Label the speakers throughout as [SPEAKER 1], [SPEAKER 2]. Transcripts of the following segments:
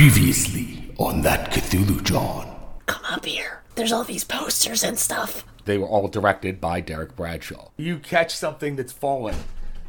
[SPEAKER 1] Previously on that Cthulhu John.
[SPEAKER 2] Come up here. There's all these posters and stuff.
[SPEAKER 3] They were all directed by Derek Bradshaw. You catch something that's fallen,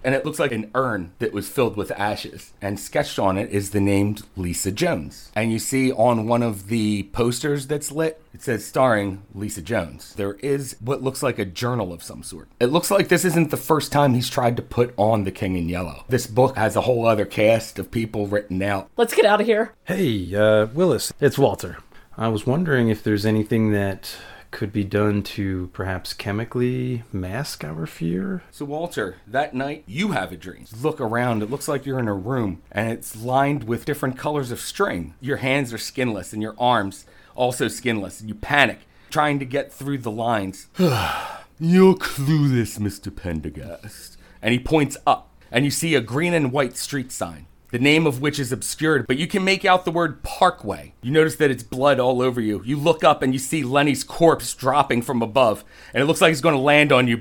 [SPEAKER 3] and it looks like an urn that was filled with ashes. And sketched on it is the name Lisa Jones. And you see on one of the posters that's lit, it says starring Lisa Jones. There is what looks like a journal of some sort. It looks like this isn't the first time he's tried to put on the King in Yellow. This book has a whole other cast of people written out.
[SPEAKER 2] Let's get out of here.
[SPEAKER 4] Hey, uh, Willis, it's Walter. I was wondering if there's anything that could be done to perhaps chemically mask our fear?
[SPEAKER 3] So, Walter, that night you have a dream. Look around. It looks like you're in a room and it's lined with different colors of string. Your hands are skinless and your arms also skinless. You panic, trying to get through the lines. You're clueless, Mr. Pendergast. And he points up, and you see a green and white street sign, the name of which is obscured, but you can make out the word Parkway. You notice that it's blood all over you. You look up and you see Lenny's corpse dropping from above, and it looks like he's going to land on you.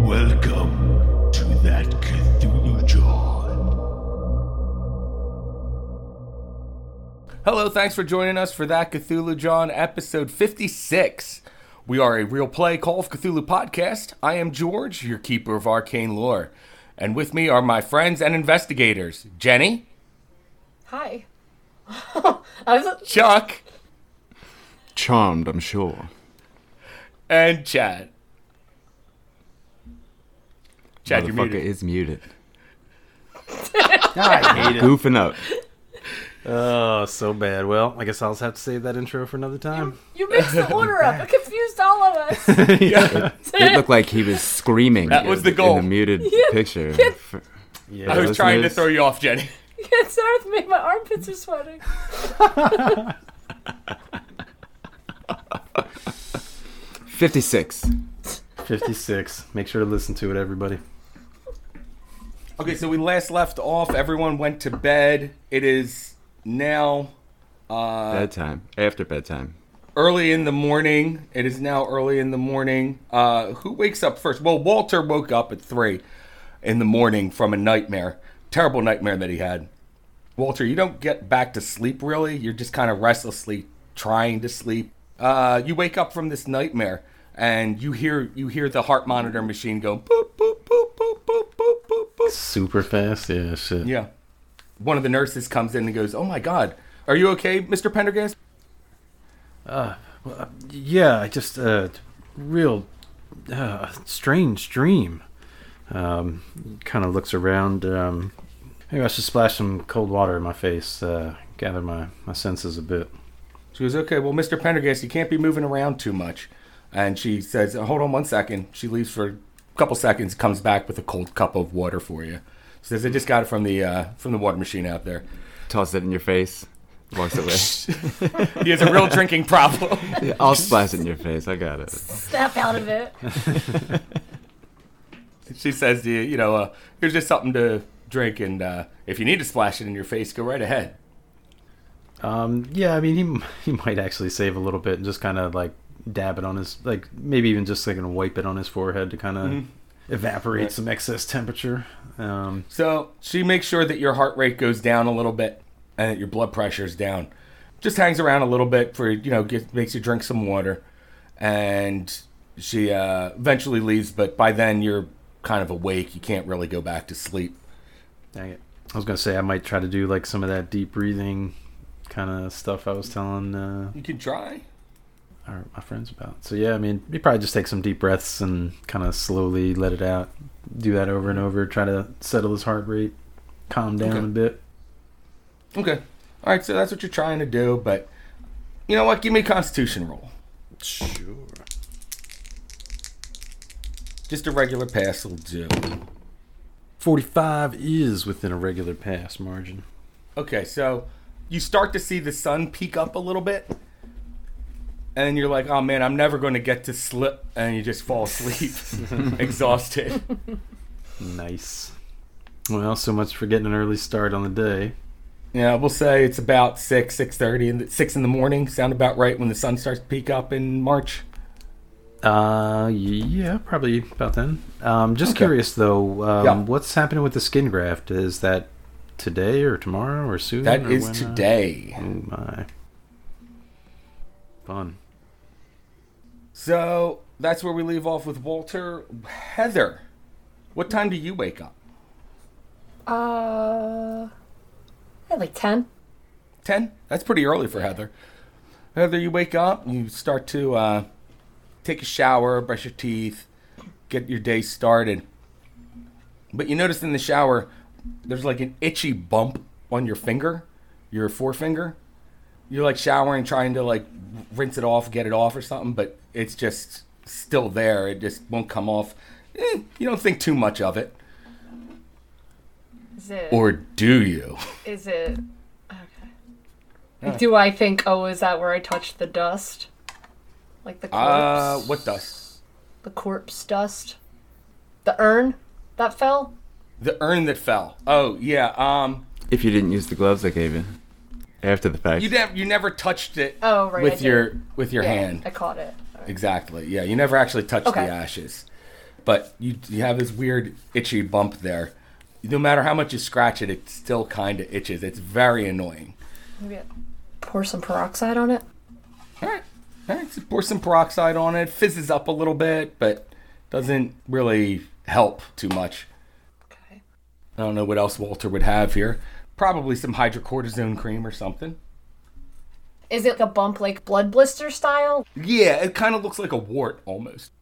[SPEAKER 1] Welcome to that Cthulhu John.
[SPEAKER 3] Hello, thanks for joining us for that Cthulhu John episode 56. We are a real play Call of Cthulhu podcast. I am George, your keeper of arcane lore. And with me are my friends and investigators Jenny,
[SPEAKER 2] Hi. I was
[SPEAKER 3] Chuck,
[SPEAKER 5] Charmed, I'm sure.
[SPEAKER 3] and Chad. Chad, you're
[SPEAKER 5] Motherfucker
[SPEAKER 3] muted.
[SPEAKER 5] is muted.
[SPEAKER 4] I hate it.
[SPEAKER 5] Goofing up.
[SPEAKER 4] Oh, so bad. Well, I guess I'll just have to save that intro for another time.
[SPEAKER 2] you mixed the order up. It confused all of us.
[SPEAKER 5] It looked like he was screaming.
[SPEAKER 3] That was
[SPEAKER 5] in-
[SPEAKER 3] the goal.
[SPEAKER 5] In the muted picture. For-
[SPEAKER 4] Yeah,
[SPEAKER 3] I was trying to
[SPEAKER 5] listeners.
[SPEAKER 3] throw you off, Jenny.
[SPEAKER 2] it's earth made my armpits are sweating.
[SPEAKER 5] Fifty-six.
[SPEAKER 4] 56. Make sure to listen to it, everybody.
[SPEAKER 3] Okay, so we last left off. Everyone went to bed. It is now Uh,
[SPEAKER 5] bedtime. After bedtime.
[SPEAKER 3] early in the morning. It is now early in the morning. Uh, who wakes up first? Well, Walter woke up at three in the morning from a nightmare, terrible nightmare that he had. Walter, you don't get back to sleep really. You're just kind of restlessly trying to sleep. Uh, you wake up from this nightmare and you hear you hear the heart monitor machine go boop boop boop boop boop boop boop boop.
[SPEAKER 4] Super fast. Yeah, shit.
[SPEAKER 3] Yeah. One of the nurses comes in and goes, "Oh my God, are you okay, Mr. Pendergast?"
[SPEAKER 4] Yeah, I just, uh, real uh, strange dream. Um, kind of looks around. Um, maybe I should splash some cold water in my face, uh, gather my, my senses a bit.
[SPEAKER 3] She goes, okay, well, Mr. Pendergast, you can't be moving around too much. And she says, hold on one second. She leaves for a couple seconds, comes back with a cold cup of water for you. Says, I just got it from the uh, from the water machine out there.
[SPEAKER 5] Toss it in your face. Walks away.
[SPEAKER 3] He has a real drinking problem.
[SPEAKER 5] Yeah, I'll splash it in your face. I got it.
[SPEAKER 2] Snap out of it.
[SPEAKER 3] she says to you, you know, uh, here's just something to drink, and uh, if you need to splash it in your face, go right ahead.
[SPEAKER 4] Um, yeah, I mean, he m- he might actually save a little bit and just kind of like dab it on his like maybe even just like and wipe it on his forehead to kind of evaporate some excess temperature. Um,
[SPEAKER 3] So she makes sure that your heart rate goes down a little bit and that your blood pressure's down. Just hangs around a little bit for you know, gets, makes you drink some water, and she uh, eventually leaves. But by then you're kind of awake. You can't really go back to sleep.
[SPEAKER 4] dang it, I was gonna say I might try to do like some of that deep breathing kind of stuff I was telling uh,
[SPEAKER 3] You can try.
[SPEAKER 4] our, my friends about. So yeah, I mean, he probably just take some deep breaths and kind of slowly let it out. Do that over and over. Try to settle his heart rate, calm down
[SPEAKER 3] Okay.
[SPEAKER 4] a bit.
[SPEAKER 3] Okay. All right. So that's what you're trying to do. But you know what? Give me a Constitution roll.
[SPEAKER 4] Sure.
[SPEAKER 3] Just a regular pass will do.
[SPEAKER 4] Forty-five is within a regular pass margin.
[SPEAKER 3] Okay. So you start to see the sun peak up a little bit, and you're like, oh man, I'm never going to get to slip, and you just fall asleep, exhausted.
[SPEAKER 4] Nice. Well, so much for getting an early start on the day.
[SPEAKER 3] Yeah, we'll say it's about six, six thirty, and six in the morning. Sound about right when the sun starts to peak up in March.
[SPEAKER 4] Uh, yeah, probably about then. Um, just
[SPEAKER 3] Okay.
[SPEAKER 4] curious though, um,
[SPEAKER 3] Yeah.
[SPEAKER 4] what's happening with the skin graft? Is that today or tomorrow or soon?
[SPEAKER 3] That
[SPEAKER 4] or
[SPEAKER 3] is
[SPEAKER 4] when, uh,
[SPEAKER 3] today.
[SPEAKER 4] Oh my. Fun.
[SPEAKER 3] So that's where we leave off with Walter. Heather, what time do you wake up?
[SPEAKER 2] Uh, yeah, like ten.
[SPEAKER 3] 10 that's pretty early for heather heather you wake up you start to uh, take a shower brush your teeth get your day started but you notice in the shower there's like an itchy bump on your finger your forefinger you're like showering trying to like rinse it off get it off or something but it's just still there it just won't come off Eh, you don't think too much of it
[SPEAKER 2] Is it?
[SPEAKER 3] or do you
[SPEAKER 2] is it? Okay. Like, do I think? Oh, is that where I touched the dust? Like the corpse.
[SPEAKER 3] uh what does
[SPEAKER 2] The corpse dust. The urn that fell.
[SPEAKER 3] the urn that fell oh yeah um
[SPEAKER 5] If you didn't use the gloves I gave you after the fact,
[SPEAKER 3] You never you never touched it
[SPEAKER 2] Oh, right, I
[SPEAKER 3] with
[SPEAKER 2] did.
[SPEAKER 3] your with your
[SPEAKER 2] Yeah,
[SPEAKER 3] hand.
[SPEAKER 2] I caught it.
[SPEAKER 3] Exactly. Yeah, you never actually touched
[SPEAKER 2] Okay.
[SPEAKER 3] the ashes. But you you have this weird itchy bump there. No matter how much you scratch it, it still kind of itches. It's very annoying.
[SPEAKER 2] Maybe I pour some peroxide on it.
[SPEAKER 3] All right. All right, so pour some peroxide on it. Fizzes up a little bit, but doesn't really help too much.
[SPEAKER 2] Okay.
[SPEAKER 3] I don't know what else Walter would have here. Probably some hydrocortisone cream or something.
[SPEAKER 2] Is it like a bump like blood blister style?
[SPEAKER 3] Yeah, it kind of looks like a wart almost.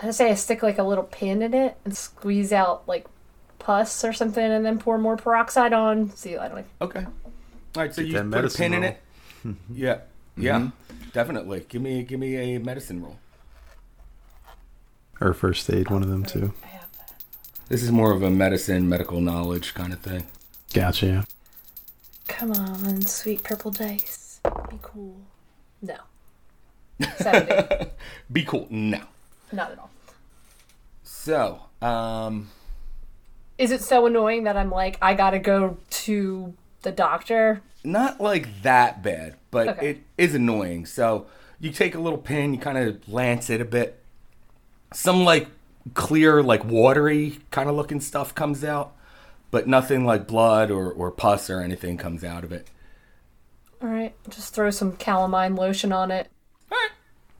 [SPEAKER 2] I say I stick like a little pin in it and squeeze out like pus or something, and then pour more peroxide on. See, I don't. Know.
[SPEAKER 3] Okay. All right, so
[SPEAKER 4] Get
[SPEAKER 3] you
[SPEAKER 4] that
[SPEAKER 3] put a
[SPEAKER 4] medicine
[SPEAKER 3] pin in
[SPEAKER 4] roll.
[SPEAKER 3] it. yeah, yeah, definitely. Give me, give me a medicine roll.
[SPEAKER 4] Or first aid, one of them too.
[SPEAKER 2] I have that.
[SPEAKER 3] This is more of a medicine, medical knowledge kind of thing.
[SPEAKER 4] Gotcha. yeah.
[SPEAKER 2] Come on, sweet purple dice. Be cool. No. Seventy.
[SPEAKER 3] Be cool. No.
[SPEAKER 2] Not at all.
[SPEAKER 3] So, um,
[SPEAKER 2] Is it so annoying that I'm like I gotta go to the doctor?
[SPEAKER 3] not like that bad, but
[SPEAKER 2] Okay.
[SPEAKER 3] it is annoying. So you take a little pin, you kind of lance it a bit. Some like clear, like watery kind of looking stuff comes out, but nothing like blood or, or pus or anything comes out of it.
[SPEAKER 2] All right, just throw some calamine lotion on it.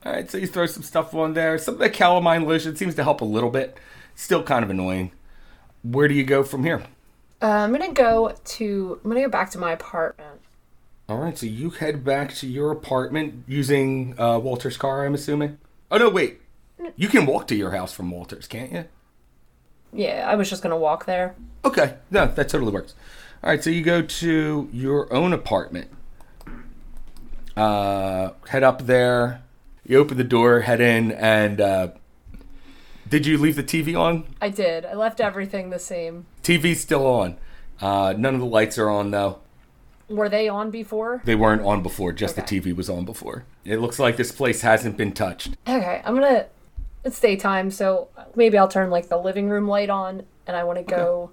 [SPEAKER 3] All right, so you throw some stuff on there. Some of the calamine lotion seems to help a little bit. Still kind of annoying. Where do you go from here?
[SPEAKER 2] Uh, I'm gonna go to. I'm gonna go back to my apartment.
[SPEAKER 3] All right, so you head back to your apartment using uh, Walter's car, I'm assuming. Oh no, wait. You can walk to your house from Walter's, can't you?
[SPEAKER 2] Yeah, I was just gonna walk there.
[SPEAKER 3] Okay, no, that totally works. All right, so you go to your own apartment. Uh, head up there. You open the door, head in, and uh, did you leave the TV on
[SPEAKER 2] I did. I left everything the same.
[SPEAKER 3] TV's still on. Uh, none of the lights are on though.
[SPEAKER 2] Were they on before?
[SPEAKER 3] They weren't on before. Just
[SPEAKER 2] Okay.
[SPEAKER 3] the TV was on before. It looks like this place hasn't been touched.
[SPEAKER 2] Okay, I'm gonna. It's daytime, so maybe I'll turn like the living room light on, and I want to go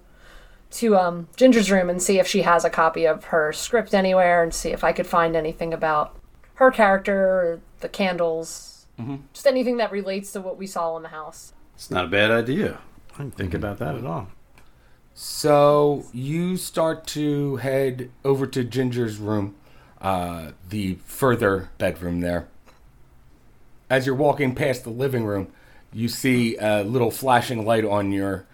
[SPEAKER 2] to um, Ginger's room and see if she has a copy of her script anywhere, and see if I could find anything about her character, or the candles, just anything that relates to what we saw in the house.
[SPEAKER 4] It's not a bad idea. I didn't think about that at all.
[SPEAKER 3] So you start to head over to Ginger's room, uh, the further bedroom there. As you're walking past the living room, you see a little flashing light on your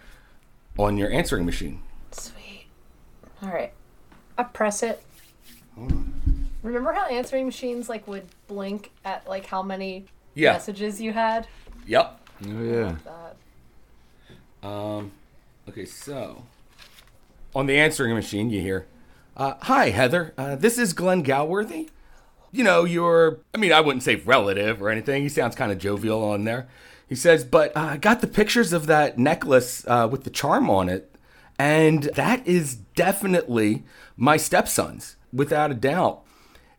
[SPEAKER 3] on your answering machine.
[SPEAKER 2] Sweet. All right, I press it. Remember how answering machines like would blink at like how many
[SPEAKER 3] Yeah.
[SPEAKER 2] messages you had?
[SPEAKER 3] Yep.
[SPEAKER 5] oh yeah,
[SPEAKER 3] Okay, so on the answering machine, you hear, uh, "Hi, Heather. Uh, this is Glenn Galworthy. You know your. I mean, I wouldn't say relative or anything. He sounds kind of jovial on there. He says, but uh, I got the pictures of that necklace uh, with the charm on it, and that is definitely my stepson's, without a doubt.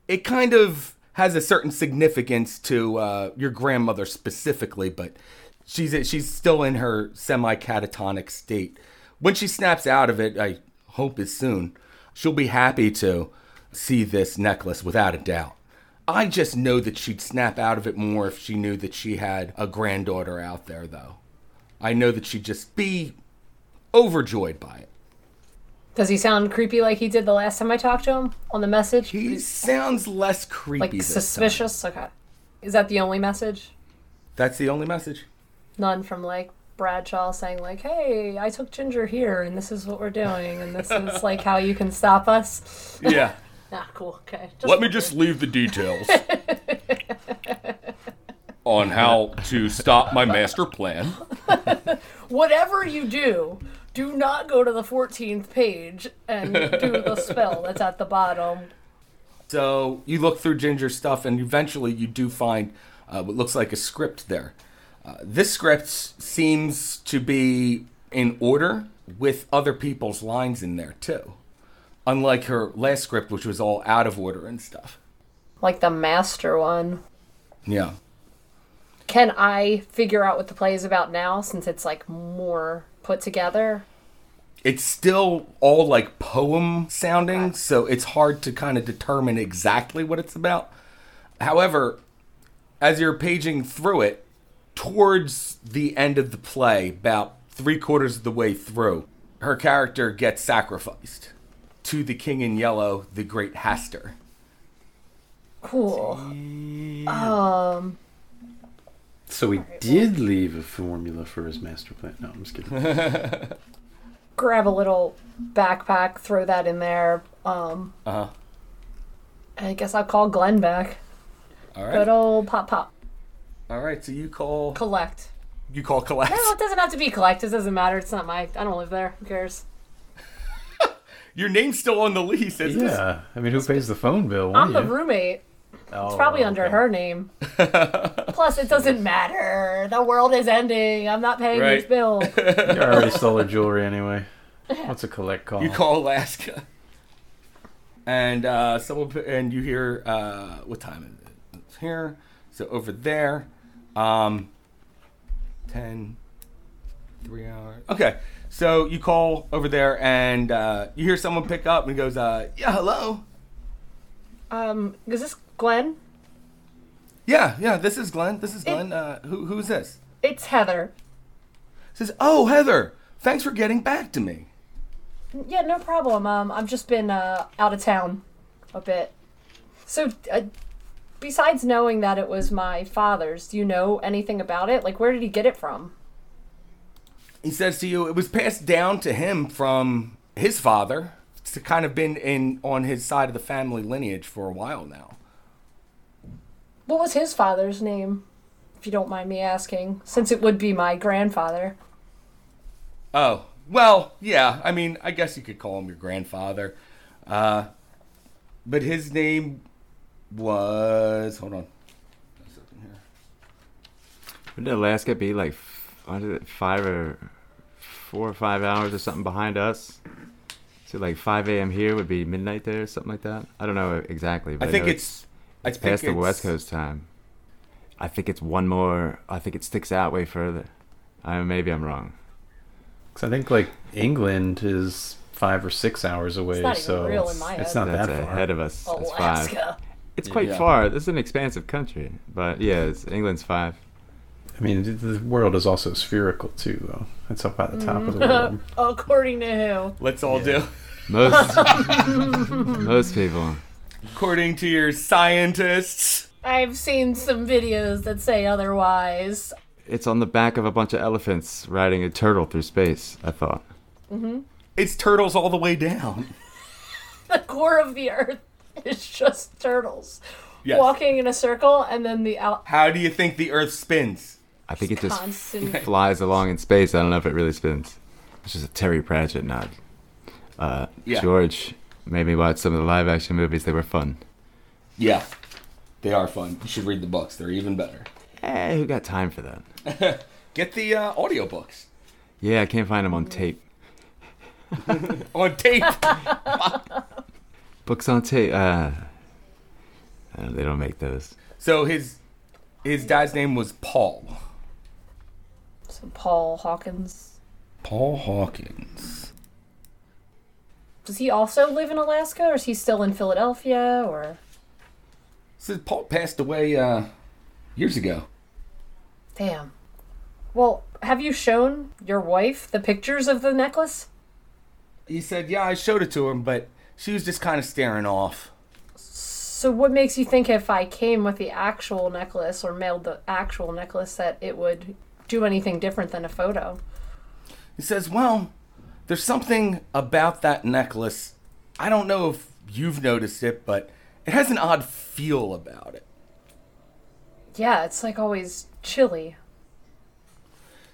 [SPEAKER 3] It kind of has a certain significance to uh, your grandmother specifically, but she's she's still in her semi catatonic state. When she snaps out of it, I hope is soon, she'll be happy to see this necklace without a doubt. I just know that she'd snap out of it more if she knew that she had a granddaughter out there, though. I know that she'd just be overjoyed by it.
[SPEAKER 2] Does he sound creepy like he did the last time I talked to him on the message?
[SPEAKER 3] He sounds less creepy.
[SPEAKER 2] like
[SPEAKER 3] this time.
[SPEAKER 2] suspicious? Okay. Is that the only message?
[SPEAKER 3] That's the only message.
[SPEAKER 2] None from like Bradshaw saying like, "Hey, I took Ginger here, and this is what we're doing, and this is like how you can stop us."
[SPEAKER 3] Yeah.
[SPEAKER 2] Ah, cool. Okay.
[SPEAKER 3] Let me just leave the details on how to stop my master plan.
[SPEAKER 2] whatever you do, do not go to the 14th page and do the spell that's at the bottom.
[SPEAKER 3] So you look through Ginger's stuff, and eventually you do find uh, what looks like a script there. Uh, this script seems to be in order with other people's lines in there too, unlike her last script, which was all out of order and stuff.
[SPEAKER 2] Like the master one.
[SPEAKER 3] Yeah.
[SPEAKER 2] Can I figure out what the play is about now since it's like more put together?
[SPEAKER 3] it's still all like poem sounding, so it's hard to kind of determine exactly what it's about. However, as you're paging through it, towards the end of the play, about three quarters of the way through, her character gets sacrificed to the King in Yellow, the Great Haster.
[SPEAKER 2] Cool. Um,
[SPEAKER 4] So we did leave a formula for his master plan. No, I'm just kidding.
[SPEAKER 2] grab a little backpack, throw that in there. Um,
[SPEAKER 3] Uh-huh.
[SPEAKER 2] I guess I'll call Glenn back.
[SPEAKER 3] All
[SPEAKER 2] Good
[SPEAKER 3] right.
[SPEAKER 2] old Pop Pop.
[SPEAKER 3] All right. So you call
[SPEAKER 2] Collect.
[SPEAKER 3] you call collect.
[SPEAKER 2] No, it doesn't have to be collect. It doesn't matter. It's not my. I don't live there. Who cares?
[SPEAKER 3] Your name's still on the lease, isn't it?
[SPEAKER 4] yeah, I mean, who pays the phone bill?
[SPEAKER 2] I'm the
[SPEAKER 4] won't you?
[SPEAKER 2] roommate.
[SPEAKER 4] Oh,
[SPEAKER 2] It's probably under
[SPEAKER 4] okay.
[SPEAKER 2] her name. Plus, it doesn't matter. The world is ending. I'm not paying this
[SPEAKER 3] Right.
[SPEAKER 2] bill.
[SPEAKER 4] You already stole her jewelry anyway. What's a collect call?
[SPEAKER 3] You call Alaska, and uh, someone put- and you hear uh, what time is it? It's here, so over there, um, 10, three hours. Okay, so you call over there, and uh, you hear someone pick up and goes, uh, "Yeah, hello."
[SPEAKER 2] Um, is this Glenn?
[SPEAKER 3] Yeah, yeah. This is Glenn. This is Glenn. Uh, who who's this?
[SPEAKER 2] It's Heather.
[SPEAKER 3] Says, "Oh, Heather, thanks for getting back to me."
[SPEAKER 2] Yeah, no problem. Um, I've just been uh, out of town a bit. So, uh, besides knowing that it was my father's, do you know anything about it? Like, where did he get it from?
[SPEAKER 3] he says to you it was passed down to him from his father it's kind of been in on his side of the family lineage for a while now
[SPEAKER 2] What was his father's name? If you don't mind me asking, since it would be my grandfather.
[SPEAKER 3] oh well yeah i mean i guess you could call him your grandfather uh, but his name was hold on
[SPEAKER 5] Wouldn't Alaska be like, f- what is it, five or four or five hours or something behind us? So like 5 a.m. here would be midnight there, or something like that. I don't know exactly. But
[SPEAKER 3] i think
[SPEAKER 5] know
[SPEAKER 3] it's I
[SPEAKER 5] it's past
[SPEAKER 3] think
[SPEAKER 5] the West
[SPEAKER 3] it's-
[SPEAKER 5] Coast time. I think it's one more. I think it sticks out way further. I maybe I'm wrong.
[SPEAKER 4] 'Cause I think like England is five or six hours away.
[SPEAKER 2] not even
[SPEAKER 4] so
[SPEAKER 2] real
[SPEAKER 4] it's,
[SPEAKER 2] in my
[SPEAKER 4] it's
[SPEAKER 2] head.
[SPEAKER 4] not
[SPEAKER 5] That's
[SPEAKER 4] that far.
[SPEAKER 5] ahead of us. That's five.
[SPEAKER 2] Oh, Alaska.
[SPEAKER 5] It's quite
[SPEAKER 3] Yeah.
[SPEAKER 5] far. This is an expansive country, but yeah, it's, England's five.
[SPEAKER 4] I mean, th- the world is also spherical too, though. It's up by the top of the
[SPEAKER 2] Mm.
[SPEAKER 4] world.
[SPEAKER 2] According to
[SPEAKER 3] let's all do
[SPEAKER 5] Most most people.
[SPEAKER 3] according to your scientists
[SPEAKER 2] who? I've seen some videos that say otherwise.
[SPEAKER 5] It's on the back of a bunch of elephants riding a turtle through space. I thought.
[SPEAKER 3] it's turtles all the way down
[SPEAKER 2] The core of the earth is just turtles
[SPEAKER 3] yes.
[SPEAKER 2] walking in a circle, and then the out.
[SPEAKER 3] how do you think the earth spins
[SPEAKER 5] I think it just
[SPEAKER 2] Constant.
[SPEAKER 5] flies along in space. I don't know if it really spins. It's just a Terry Pratchett nod. Uh,
[SPEAKER 3] Yeah.
[SPEAKER 5] George made me watch some of the live action movies. They were fun.
[SPEAKER 3] yeah they are fun you should read the books they're even better
[SPEAKER 5] Eh, who got time for that?
[SPEAKER 3] Get the uh, audiobooks
[SPEAKER 5] Yeah, I can't find them on tape.
[SPEAKER 3] on tape.
[SPEAKER 5] Books on tape. Uh, Uh, they don't make those.
[SPEAKER 3] So his his dad's name was Paul.
[SPEAKER 2] So Paul Hawkins.
[SPEAKER 3] Paul Hawkins.
[SPEAKER 2] Does he also live in Alaska, or is he still in Philadelphia? Or
[SPEAKER 3] So Paul passed away uh, years ago.
[SPEAKER 2] damn. Well, have you shown your wife the pictures of the necklace?
[SPEAKER 3] He said, "Yeah, I showed it to him, but she was just kind of staring off."
[SPEAKER 2] So what makes you think if I came with the actual necklace or mailed the actual necklace that it would do anything different than a photo?
[SPEAKER 3] He says, Well, there's something about that necklace. I don't know if you've noticed it, but it has an odd feel about it.
[SPEAKER 2] Yeah, it's like always chilly.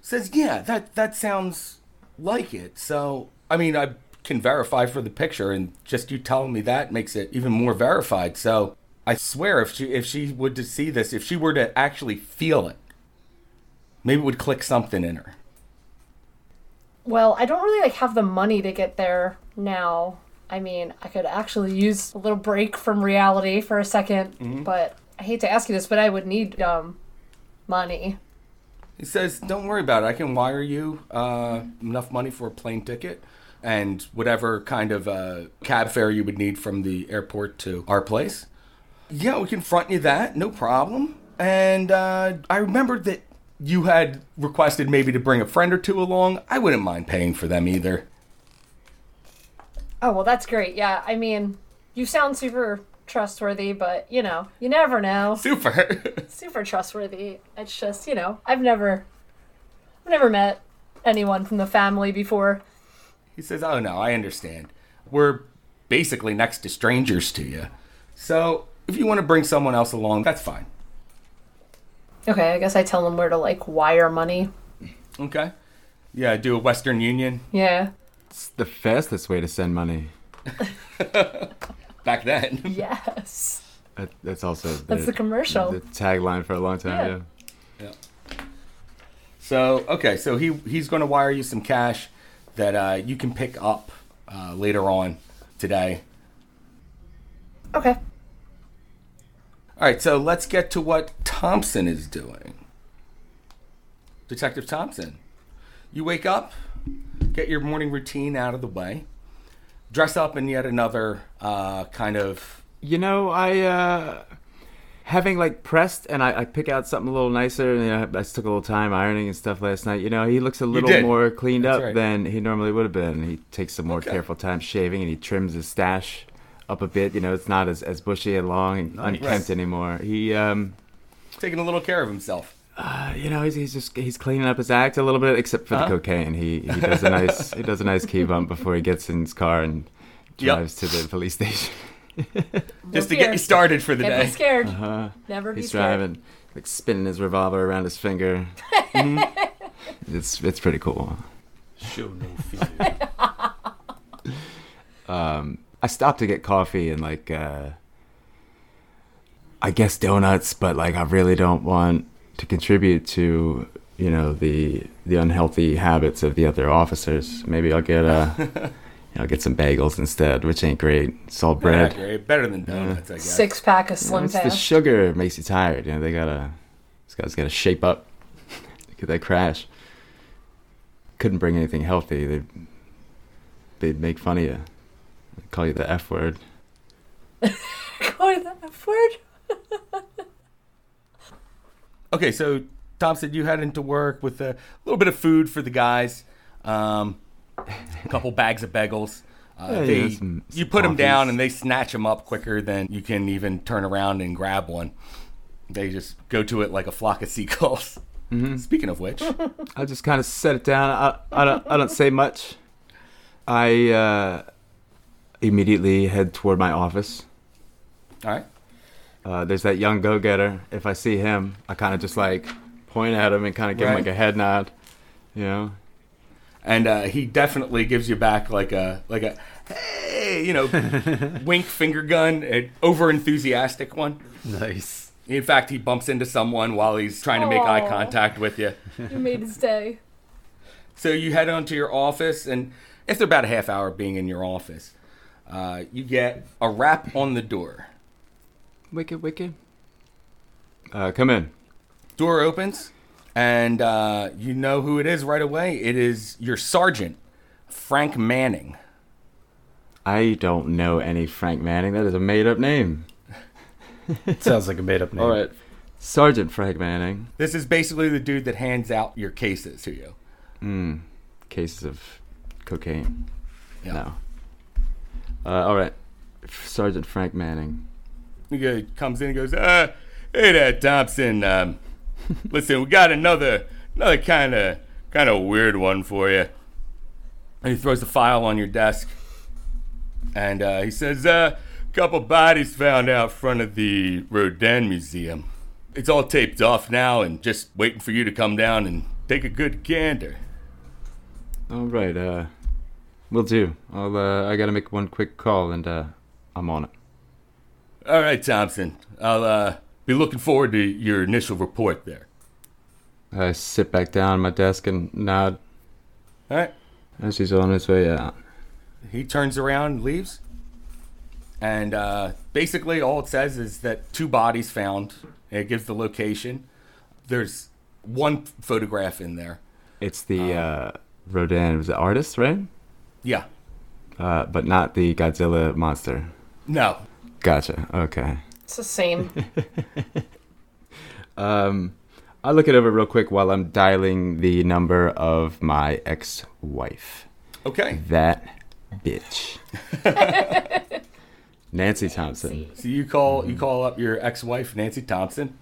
[SPEAKER 3] Says, Yeah, that, that sounds like it. So, I mean, I can verify for the picture, and just you telling me that makes it even more verified. So, I swear, if she if she would to see this, if she were to actually feel it, maybe it would click something in her.
[SPEAKER 2] Well, I don't really like have the money to get there now. I mean, I could actually use a little break from reality for a 2nd
[SPEAKER 3] Mm-hmm.
[SPEAKER 2] but I hate to ask you this, but I would need um money.
[SPEAKER 3] He says, "Don't worry about it. I can wire you uh, enough money for a plane ticket and whatever kind of uh, cab fare you would need from the airport to our place. Yeah, we can front you that, no problem. And uh, I remembered that you had requested maybe to bring a friend or two along. I wouldn't mind paying for them either.
[SPEAKER 2] Oh, well, that's great. Yeah, I mean, you sound super trustworthy, but you know, you never know.
[SPEAKER 3] Super.
[SPEAKER 2] Super trustworthy. It's just, you know, I've never I've never met anyone from the family before.
[SPEAKER 3] He says, "Oh no, I understand. We're basically next to strangers to you. So if you want to bring someone else along, that's fine."
[SPEAKER 2] Okay, I guess I tell them where to like wire money.
[SPEAKER 3] Okay. Yeah, do a Western Union
[SPEAKER 2] Yeah.
[SPEAKER 5] It's the fastest way to send money.
[SPEAKER 3] back then.
[SPEAKER 2] Yes.
[SPEAKER 5] That, that's also
[SPEAKER 3] Uh,
[SPEAKER 2] That's the commercial.
[SPEAKER 5] The tagline for a long time.
[SPEAKER 2] Yeah.
[SPEAKER 5] Yeah.
[SPEAKER 3] So okay, so he he's going to wire you some cash that uh, you can pick up uh, later on today.
[SPEAKER 2] Okay.
[SPEAKER 3] All right, so let's get to what Thompson is doing. Detective Thompson, you wake up, get your morning routine out of the way, dress up in yet another uh, kind of
[SPEAKER 5] You know, I uh, having like pressed and I, I pick out something a little nicer. And you know, I just took a little time ironing and stuff last night. You know, he looks a little
[SPEAKER 3] did.
[SPEAKER 5] more cleaned
[SPEAKER 3] That's
[SPEAKER 5] up
[SPEAKER 3] right.
[SPEAKER 5] than he normally would have been. He takes some more
[SPEAKER 3] Okay.
[SPEAKER 5] careful time shaving and he trims his stash up a bit. You know, it's not as, as bushy and long and unkempt anymore. He um, uh,
[SPEAKER 3] taking a little care of himself.
[SPEAKER 5] you know, he's, he's just he's cleaning up his act a little bit, except for
[SPEAKER 3] Uh-huh.
[SPEAKER 5] the cocaine. He he does a nice he does a nice key bump before he gets in his car and
[SPEAKER 3] Yep.
[SPEAKER 5] drives to the police station.
[SPEAKER 3] Just to
[SPEAKER 2] fear.
[SPEAKER 3] get you started for the
[SPEAKER 2] Never
[SPEAKER 3] day.
[SPEAKER 2] be scared.
[SPEAKER 3] Uh-huh.
[SPEAKER 2] Never be
[SPEAKER 5] He's
[SPEAKER 2] scared.
[SPEAKER 5] driving, like spinning his revolver around his finger. It's it's pretty cool.
[SPEAKER 4] Show no fear.
[SPEAKER 5] Um, I stopped to get coffee and like uh I guess donuts, but like I really don't want to contribute to you know the the unhealthy habits of the other officers. Maybe I'll get uh you know get some bagels instead, which ain't great. It's all
[SPEAKER 3] Yeah,
[SPEAKER 5] bread.
[SPEAKER 3] great. Better than donuts, I guess.
[SPEAKER 2] Six pack of Slim
[SPEAKER 5] It's the
[SPEAKER 2] Fast.
[SPEAKER 5] sugar makes you tired. You know they gotta these guys gotta shape up. Look at that crash. Couldn't bring anything healthy. They they'd make fun of you. Call you the F word.
[SPEAKER 2] Go to the F word.
[SPEAKER 3] Okay, so Thompson, you head into work with a little bit of food for the guys, um, a couple bags of bagels. Uh,
[SPEAKER 5] Yeah,
[SPEAKER 3] they-
[SPEAKER 5] yeah, some-
[SPEAKER 3] you
[SPEAKER 5] some
[SPEAKER 3] put them down,
[SPEAKER 5] coffees.
[SPEAKER 3] and they snatch them up quicker than you can even turn around and grab one. They just go to it like a flock of seagulls.
[SPEAKER 5] Mm-hmm.
[SPEAKER 3] Speaking of which,
[SPEAKER 5] I just kind of set it down. I, I don't I don't say much. I uh, immediately head toward my office.
[SPEAKER 3] all right,
[SPEAKER 5] Uh, there's that young go-getter. If I see him, I kind of just like point at him and kind of give him
[SPEAKER 3] Right.
[SPEAKER 5] like a head nod. You know,
[SPEAKER 3] and uh, he definitely gives you back like a like a hey, you know, wink finger gun, an over enthusiastic one.
[SPEAKER 4] nice.
[SPEAKER 3] In fact, he bumps into someone while he's trying to make eye
[SPEAKER 2] Aw.
[SPEAKER 3] contact with you.
[SPEAKER 2] You made his day.
[SPEAKER 3] So you head on to your office, and after about a half hour of being in your office, uh, you get a rap on the door.
[SPEAKER 5] wicked, wicked. Uh, come in.
[SPEAKER 3] Door opens, and uh, you know who it is right away. It is your sergeant, Frank Manning.
[SPEAKER 5] I don't know any Frank Manning. That is a made up name.
[SPEAKER 4] Sounds like a made up name.
[SPEAKER 5] All right. Sergeant Frank Manning.
[SPEAKER 3] This is basically the dude that hands out your cases to you.
[SPEAKER 5] Cases of cocaine.
[SPEAKER 3] Yeah.
[SPEAKER 5] No. Uh, all right. Sergeant Frank Manning.
[SPEAKER 3] He go- comes in and goes, uh, "Hey there, Thompson. Um, listen, we got another another kind of kind of weird one for you." And he throws the file on your desk, and uh, he says, "A uh, couple bodies found out front of the Rodin Museum. It's all taped off now, and just waiting for you to come down and take a good gander."
[SPEAKER 5] All right. Uh, will do. I'll. Uh, I gotta make one quick call, and uh, I'm on it.
[SPEAKER 3] All right, Thompson. I'll uh, be looking forward to your initial report there.
[SPEAKER 5] I sit back down at my desk and nod
[SPEAKER 3] All right.
[SPEAKER 5] as he's on his way out.
[SPEAKER 3] he turns around and leaves. And uh, basically, all it says is that two bodies found. It gives the location. There's one photograph in there.
[SPEAKER 5] It's the uh, Rodin. Was the artist, right?
[SPEAKER 3] Yeah.
[SPEAKER 5] Uh, but not the Godzilla monster.
[SPEAKER 3] No.
[SPEAKER 5] Gotcha. Okay.
[SPEAKER 2] It's the same.
[SPEAKER 5] Um, I look it over real quick while I'm dialing the number of my ex-wife.
[SPEAKER 3] Okay.
[SPEAKER 5] That bitch. Nancy Thompson.
[SPEAKER 3] So you call you call up your ex-wife Nancy Thompson.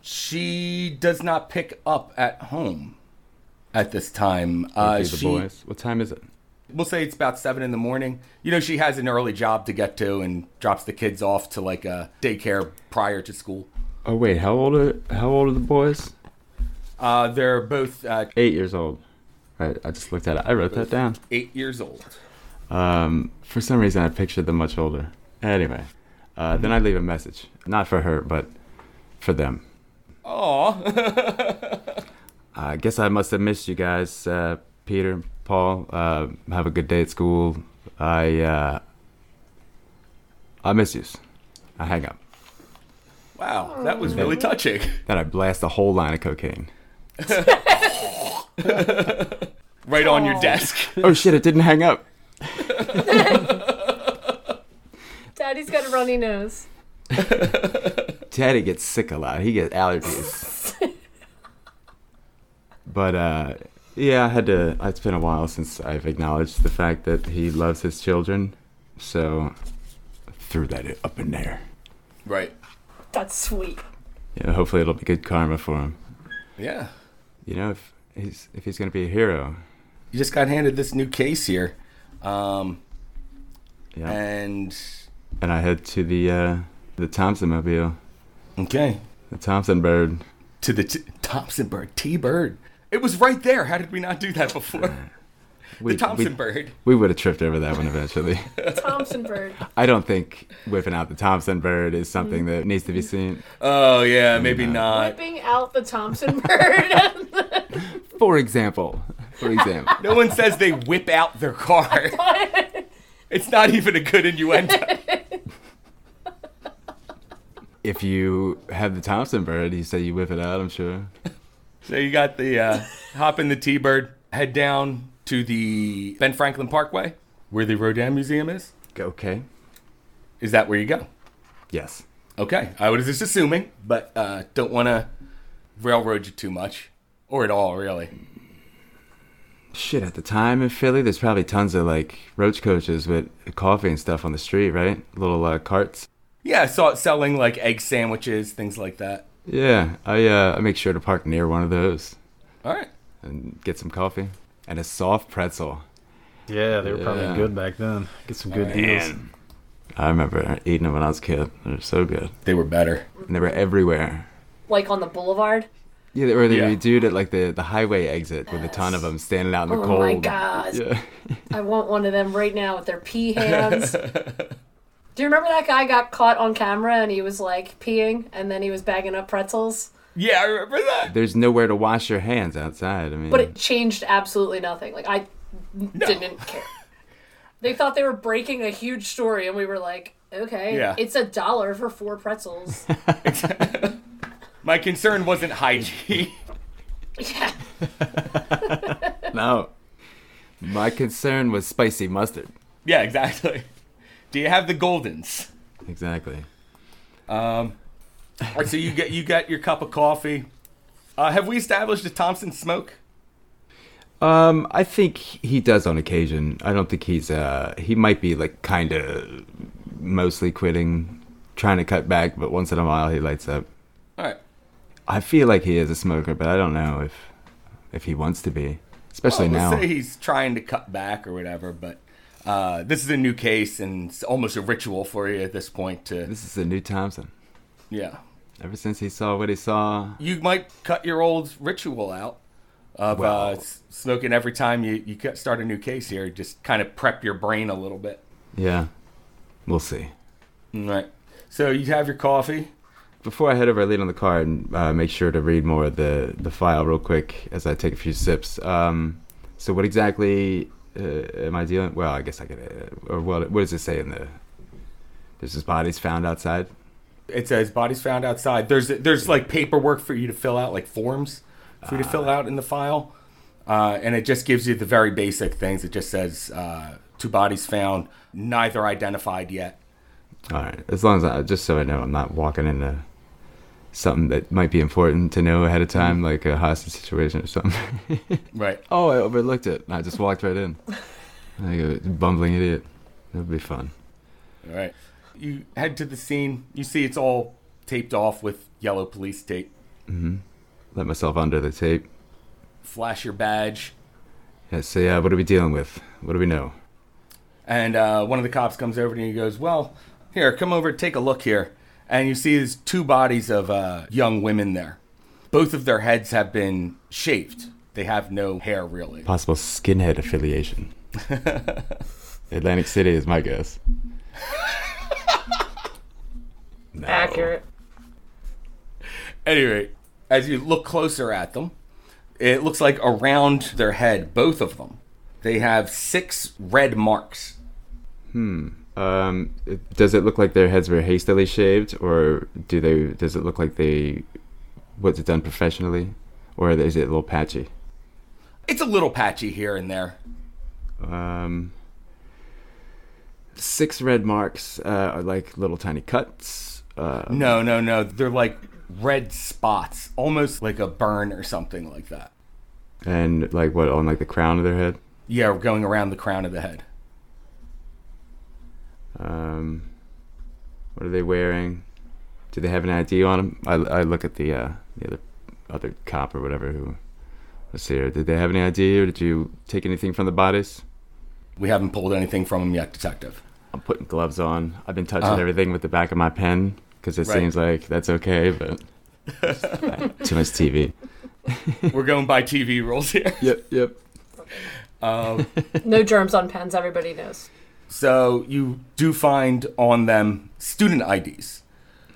[SPEAKER 3] She does not pick up at home at this time. Uh,
[SPEAKER 5] These are
[SPEAKER 3] she,
[SPEAKER 5] boys. What time is it?
[SPEAKER 3] we'll say it's about seven in the morning. You know, she has an early job to get to and drops the kids off to like a daycare prior to school.
[SPEAKER 5] Oh wait, how old are how old are the boys?
[SPEAKER 3] Uh, they're both uh,
[SPEAKER 5] Eight years old. Right, I just looked at it. I wrote that down.
[SPEAKER 3] eight years old.
[SPEAKER 5] Um, for some reason, I pictured them much older. Anyway, uh, then I leave a message, not for her, but for them.
[SPEAKER 3] Aw.
[SPEAKER 5] I guess I must have missed you guys, uh, Peter, Paul. Uh, have a good day at school. I uh, I miss yous. I hang up.
[SPEAKER 3] Wow, that was really touching.
[SPEAKER 5] Then I blast a whole line of cocaine.
[SPEAKER 3] Right on your desk.
[SPEAKER 5] Oh shit! It didn't hang up.
[SPEAKER 2] Daddy's got a runny nose.
[SPEAKER 5] Daddy gets sick a lot. He gets allergies. but uh, yeah, I had to. It's been a while since I've acknowledged the fact that he loves his children, so threw that up in there.
[SPEAKER 3] Right.
[SPEAKER 2] That's sweet.
[SPEAKER 5] You know, hopefully it'll be good karma for him.
[SPEAKER 3] Yeah.
[SPEAKER 5] You know, if he's if he's gonna be a hero,
[SPEAKER 3] You just got handed this new case here. Um,
[SPEAKER 5] yeah.
[SPEAKER 3] Uh,
[SPEAKER 5] And,
[SPEAKER 3] and.
[SPEAKER 5] I head to the uh, the Thompson mobile,
[SPEAKER 3] Okay.
[SPEAKER 5] the Thompson bird.
[SPEAKER 3] To the t- Thompson Bird. T Bird. It was right there. How did we not do that before?
[SPEAKER 5] We,
[SPEAKER 3] the Thompson
[SPEAKER 5] we,
[SPEAKER 3] Bird.
[SPEAKER 5] We would have tripped over that one eventually.
[SPEAKER 2] Thompson bird.
[SPEAKER 5] I don't think whipping out the Thompson bird is something
[SPEAKER 3] Mm-hmm.
[SPEAKER 5] that needs to be seen.
[SPEAKER 3] Oh, yeah, maybe not.
[SPEAKER 2] Whipping out the Thompson bird.
[SPEAKER 5] For example, for example.
[SPEAKER 3] No one says they whip out their car. It's not even a good innuendo.
[SPEAKER 5] if you have the Thompson bird, you say you whip it out, I'm sure.
[SPEAKER 3] So you got the uh, hop in the T-bird, head down to the Ben Franklin Parkway, where the Rodin Museum is.
[SPEAKER 5] Okay.
[SPEAKER 3] Is that where you go?
[SPEAKER 5] Yes.
[SPEAKER 3] Okay, I was just assuming, but uh, don't want to railroad you too much, or at all, really.
[SPEAKER 5] Shit, at the time in Philly, there's probably tons of like roach coaches with coffee and stuff on the street, right? Little uh, carts.
[SPEAKER 3] Yeah, I saw it selling like egg sandwiches, things like that.
[SPEAKER 5] Yeah, I uh, I make sure to park near one of those
[SPEAKER 3] All right,
[SPEAKER 5] and get some coffee and a soft pretzel.
[SPEAKER 4] Yeah, they were probably
[SPEAKER 5] Yeah.
[SPEAKER 4] good back then. Get some good deals.
[SPEAKER 5] I remember eating them when I was a kid. They're so good,
[SPEAKER 3] they were better.
[SPEAKER 5] and they were everywhere.
[SPEAKER 2] like on the boulevard.
[SPEAKER 5] Yeah, they were the
[SPEAKER 3] Yeah.
[SPEAKER 5] dude at like the, the highway exit with a ton of them standing out in the
[SPEAKER 2] Oh
[SPEAKER 5] cold.
[SPEAKER 2] my god.
[SPEAKER 5] Yeah.
[SPEAKER 2] I want one of them right now with their pee hands. Do you remember that guy got caught on camera and he was like peeing and then he was bagging up pretzels?
[SPEAKER 3] Yeah, I remember that.
[SPEAKER 5] There's nowhere to wash your hands outside. I mean,
[SPEAKER 2] But it changed absolutely nothing. Like I didn't care. They thought they were breaking a huge story and we were like, Okay.
[SPEAKER 3] Yeah.
[SPEAKER 2] It's a dollar for four pretzels.
[SPEAKER 3] My concern wasn't hygiene.
[SPEAKER 2] yeah.
[SPEAKER 5] No. My concern was spicy mustard.
[SPEAKER 3] yeah, exactly. Do you have the goldens?
[SPEAKER 5] Exactly.
[SPEAKER 3] All right, so you get you got your cup of coffee. Uh, have we established a Thompson smoke?
[SPEAKER 5] Um, I think he does on occasion. I don't think he's uh he might be like kind of mostly quitting, trying to cut back, but once in a while he lights up.
[SPEAKER 3] All right.
[SPEAKER 5] I feel like he is a smoker, but I don't know if if he wants to be, especially
[SPEAKER 3] Well,
[SPEAKER 5] now.
[SPEAKER 3] Let's say he's trying to cut back or whatever, but uh, this is a new case and it's almost a ritual for you at this point. To
[SPEAKER 5] This is a new Thompson.
[SPEAKER 3] yeah,
[SPEAKER 5] Ever since he saw what he saw,
[SPEAKER 3] you might cut your old ritual out of
[SPEAKER 5] Well-
[SPEAKER 3] uh, s- smoking every time you you cut- start a new case here. Just kind of prep your brain a little bit.
[SPEAKER 5] yeah, we'll see.
[SPEAKER 3] All right. So you have your coffee.
[SPEAKER 5] Before I head over, I lean on the car and uh, make sure to read more of the, the file real quick as I take a few sips. Um, so, what exactly uh, am I dealing? Well, I guess I could. Uh, or what? What does it say in the? There's his bodies found outside.
[SPEAKER 3] It says bodies found outside. There's there's like paperwork for you to fill out, like forms for you to fill out in the file, uh, and it just gives you the very basic things. It just says uh, two bodies found, neither identified yet.
[SPEAKER 5] All right. As long as I just so I know, I'm not walking into something that might be important to know ahead of time, like a hostage situation or something.
[SPEAKER 3] Right.
[SPEAKER 5] Mm-hmm. oh, I overlooked it. and I just walked right in. Like a bumbling idiot. That'd be fun.
[SPEAKER 3] All right. You head to the scene. You see it's all taped off with yellow police tape.
[SPEAKER 5] Let myself under the tape.
[SPEAKER 3] Flash your badge,
[SPEAKER 5] Yeah, so yeah, what are we dealing with? What do we know?
[SPEAKER 3] and uh, one of the cops comes over to you and goes, "Well, here, come over, take a look here." And you see there's two bodies of uh, young women there. Both of their heads have been shaved. They have no hair really.
[SPEAKER 5] Possible skinhead affiliation. Atlantic City is my guess. No.
[SPEAKER 2] Accurate.
[SPEAKER 3] Anyway, as you look closer at them, it looks like around their head, both of them, they have six red marks.
[SPEAKER 5] Um, it- does it look like their heads were hastily shaved, or do they? Does it look like they? Was it done professionally, or is it a little patchy?
[SPEAKER 3] It's a little patchy here and there.
[SPEAKER 5] Um, six red marks uh, are like little tiny cuts. Uh,
[SPEAKER 3] No, no, no. They're like red spots, almost like a burn or something like that.
[SPEAKER 5] and like what on like the crown of their head.
[SPEAKER 3] Yeah, going around the crown of the head.
[SPEAKER 5] Um, what are they wearing? Do they have an ID on them? I, I look at the uh, the other other cop or whatever who was here. Did they have any ID or did you take anything from the bodies?
[SPEAKER 3] We haven't pulled anything from him yet, detective.
[SPEAKER 5] I'm putting gloves on. I've been touching
[SPEAKER 3] Uh.
[SPEAKER 5] everything with the back of my pen because it
[SPEAKER 3] Right.
[SPEAKER 5] seems like that's okay, but too much TV.
[SPEAKER 3] We're going by TV rules here.
[SPEAKER 5] Yep, yep.
[SPEAKER 2] No germs on pens, everybody knows.
[SPEAKER 3] So you do find on them student IDs.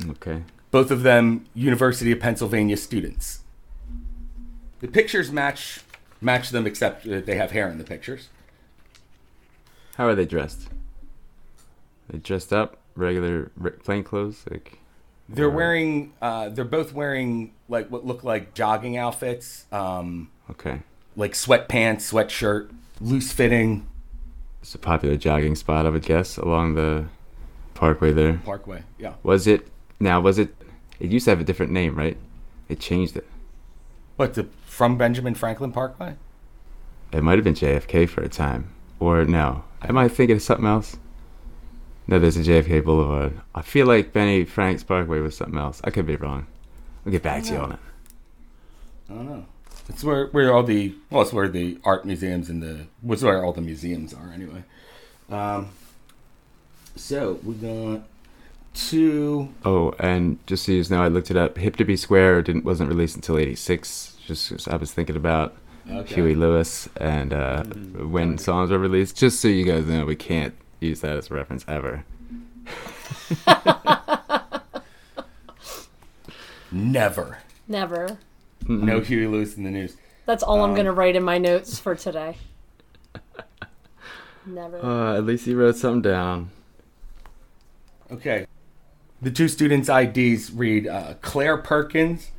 [SPEAKER 5] Okay.
[SPEAKER 3] both of them University of Pennsylvania students. The pictures match match them except uh, they have hair in the pictures.
[SPEAKER 5] How are they dressed? They dressed up, regular re- plain clothes, like
[SPEAKER 3] They're
[SPEAKER 5] Wow.
[SPEAKER 3] wearing uh, they're both wearing like what look like jogging outfits, um,
[SPEAKER 5] okay.
[SPEAKER 3] like sweatpants, sweatshirt, loose fitting
[SPEAKER 5] It's a popular jogging spot, I would guess, along the parkway there.
[SPEAKER 3] parkway. Yeah.
[SPEAKER 5] Was it now? Was it? It used to have a different name, right? It changed it.
[SPEAKER 3] What the from Benjamin Franklin Parkway?
[SPEAKER 5] It might have been JFK for a time, or no? Am I thinking of something else? No, there's a JFK Boulevard. I feel like Benny Frank's Parkway was something else. I could be wrong. I'll get back to you on it.
[SPEAKER 3] I don't know. It's where, where all the well, it's where the art museums and the was where all the museums are anyway. Um, so we got two
[SPEAKER 5] Oh, and just so you know, I looked it up. Hip to be square didn't wasn't released until '86. Just 'cause I was thinking about
[SPEAKER 3] Okay.
[SPEAKER 5] Huey Lewis and uh, when songs were released. Just so you guys know, we can't use that as a reference ever.
[SPEAKER 3] Never.
[SPEAKER 2] Never.
[SPEAKER 3] No Huey Lewis in the news.
[SPEAKER 2] That's all I'm gonna write in my notes for today. Never.
[SPEAKER 5] Uh, at least he wrote something down.
[SPEAKER 3] Okay. The two students' IDs read uh, Claire Perkins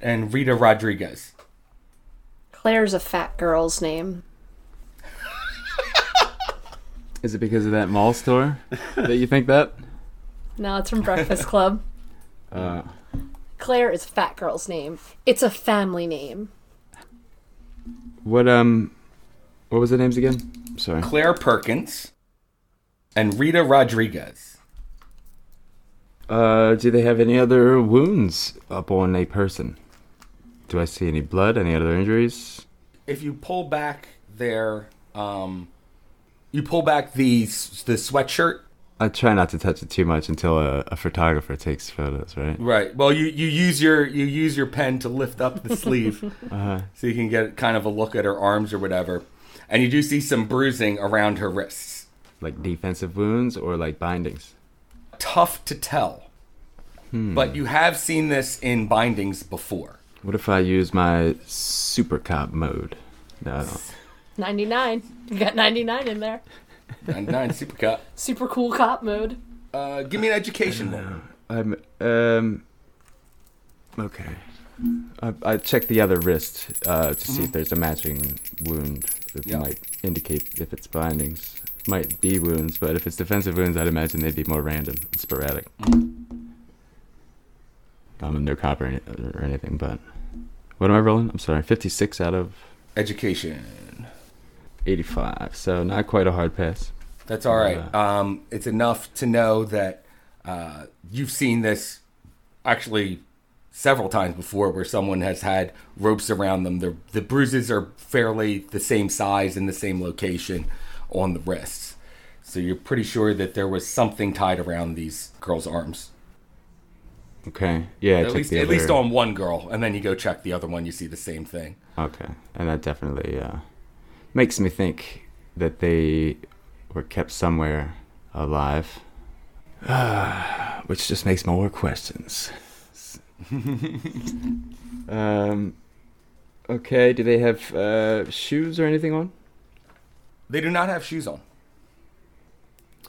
[SPEAKER 3] and Rita Rodriguez.
[SPEAKER 2] Claire's a fat girl's name.
[SPEAKER 5] Is it because of that mall store that you think that?
[SPEAKER 2] No, it's from Breakfast Club.
[SPEAKER 5] Uh,
[SPEAKER 2] Claire is a fat girl's name. It's a family name.
[SPEAKER 5] what um, what was the names again? Sorry.
[SPEAKER 3] Claire Perkins and Rita Rodriguez.
[SPEAKER 5] Uh, do they have any other wounds up on a person? Do I see any blood? Any other injuries?
[SPEAKER 3] If you pull back their, um, you pull back the s- the sweatshirt.
[SPEAKER 5] I try not to touch it too much until a, a photographer takes photos, right?
[SPEAKER 3] Right. Well, you, you use your you use your pen to lift up the sleeve, so you can get kind of a look at her arms or whatever, and you do see some bruising around her wrists.
[SPEAKER 5] Like defensive wounds or like bindings.
[SPEAKER 3] Tough to tell, but you have seen this in bindings before.
[SPEAKER 5] What if I use my super cop mode? No, I don't.
[SPEAKER 2] 99. You got 99 in there.
[SPEAKER 3] Nine, nine super cut.
[SPEAKER 2] Super cool cop mode.
[SPEAKER 3] Uh, give me an education roll.
[SPEAKER 5] I'm um okay. I, I check the other wrist uh, to see if there's a matching wound that
[SPEAKER 3] Mm-hmm. Yeah.
[SPEAKER 5] might indicate if it's bindings. Might be wounds, but if it's defensive wounds, I'd imagine they'd be more random and sporadic.
[SPEAKER 3] Mm-hmm.
[SPEAKER 5] I'm no cop or, any, or anything, but what am I rolling? I'm sorry, 56 out of
[SPEAKER 3] Education.
[SPEAKER 5] 85, so not quite a hard pass.
[SPEAKER 3] That's all right. Um, it's enough to know that uh, you've seen this actually several times before, where someone has had ropes around them. The the bruises are fairly the same size and the same location on the wrists, so you're pretty sure that there was something tied around these girls' arms.
[SPEAKER 5] Okay, yeah, I
[SPEAKER 3] at
[SPEAKER 5] checked
[SPEAKER 3] least
[SPEAKER 5] the
[SPEAKER 3] at least
[SPEAKER 5] other-
[SPEAKER 3] on one girl, and then you go check the other one. You see the same thing.
[SPEAKER 5] Okay, and that definitely uh, makes me think that they were kept somewhere alive, which just makes more questions. um, okay, do they have uh, shoes or anything on?
[SPEAKER 3] They do not have shoes on.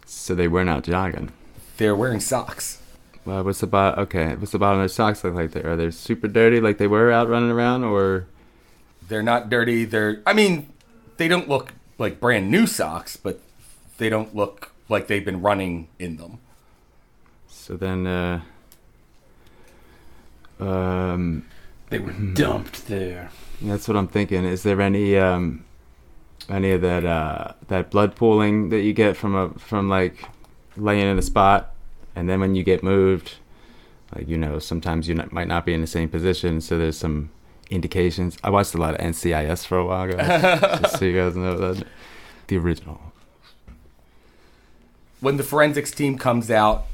[SPEAKER 5] So they were not jogging.
[SPEAKER 3] They're wearing socks.
[SPEAKER 5] Uh, what's the bottom? Okay, what's the bottom of their socks look like? There are they super dirty, like they were out running around, or
[SPEAKER 3] They're not dirty. They're I mean, they don't look like brand new socks, but they don't look like they've been running in them.
[SPEAKER 5] so then. Uh, um,
[SPEAKER 4] They were dumped there.
[SPEAKER 5] That's what I'm thinking. Is there any um, any of that uh, that blood pooling that you get from a from like laying in a spot, and then when you get moved, like you know, sometimes you not, might not be in the same position, so there's some indications. I watched a lot of NCIS for a while, guys, just so you guys know that the original.
[SPEAKER 3] When the forensics team comes out,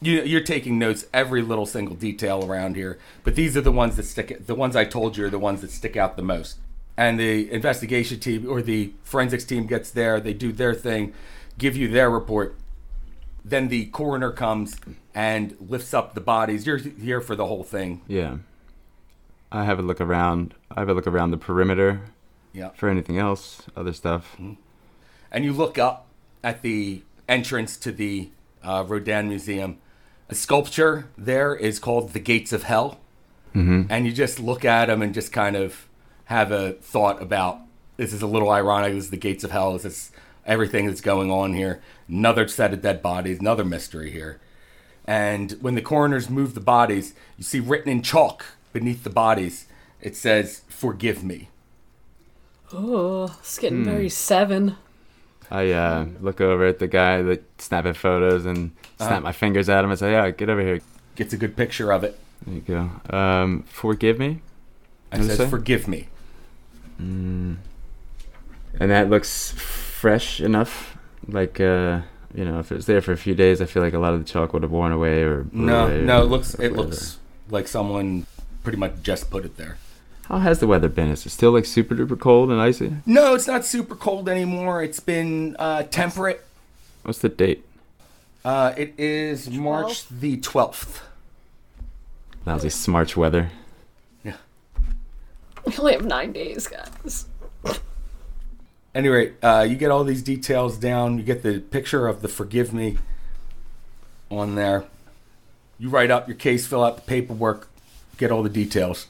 [SPEAKER 3] you, you're taking notes every little single detail around here. But these are the ones that stick. The ones I told you are the ones that stick out the most. And the investigation team or the forensics team gets there. They do their thing, give you their report. Then the coroner comes and lifts up the bodies. You're here for the whole thing.
[SPEAKER 5] Yeah, I have a look around. I have a look around the perimeter
[SPEAKER 3] Yeah.
[SPEAKER 5] for anything else, other stuff.
[SPEAKER 3] Hmm. and you look up at the entrance to the uh, Rodin Museum. A sculpture there is called "The Gates of Hell," and you just look at them and just kind of have a thought about this is a little ironic. This is the Gates of Hell. This is everything that's going on here. Another set of dead bodies. Another mystery here. And when the coroners move the bodies, you see written in chalk beneath the bodies. It says, "Forgive me."
[SPEAKER 2] Oh, it's getting
[SPEAKER 3] Hmm.
[SPEAKER 2] very seven.
[SPEAKER 5] I uh, look over at the guy that snapping photos and
[SPEAKER 3] Uh-huh.
[SPEAKER 5] snap my fingers at him and say, "Yeah, get over here."
[SPEAKER 3] Gets a good picture of it.
[SPEAKER 5] There you go. Um, forgive me.
[SPEAKER 3] It
[SPEAKER 5] What'd it
[SPEAKER 3] says,
[SPEAKER 5] say?
[SPEAKER 3] "Forgive me."
[SPEAKER 5] And that looks fresh enough. Like uh, you know, if it was there for a few days, I feel like a lot of the chalk would have worn away or blew
[SPEAKER 3] No,
[SPEAKER 5] away
[SPEAKER 3] no,
[SPEAKER 5] or
[SPEAKER 3] it looks it
[SPEAKER 5] whatever.
[SPEAKER 3] looks like someone pretty much just put it there.
[SPEAKER 5] How has the weather been? Is it still like super duper cold and icy?
[SPEAKER 3] No, it's not super cold anymore. It's been uh, temperate.
[SPEAKER 5] What's the date?
[SPEAKER 3] Uh, it is March the twelfth.
[SPEAKER 5] Lousy smarch weather.
[SPEAKER 3] Yeah.
[SPEAKER 2] We only have nine days, guys.
[SPEAKER 3] Anyway, uh, you get all these details down. You get the picture of the forgive me, on there. You write up your case, fill out the paperwork, get all the details.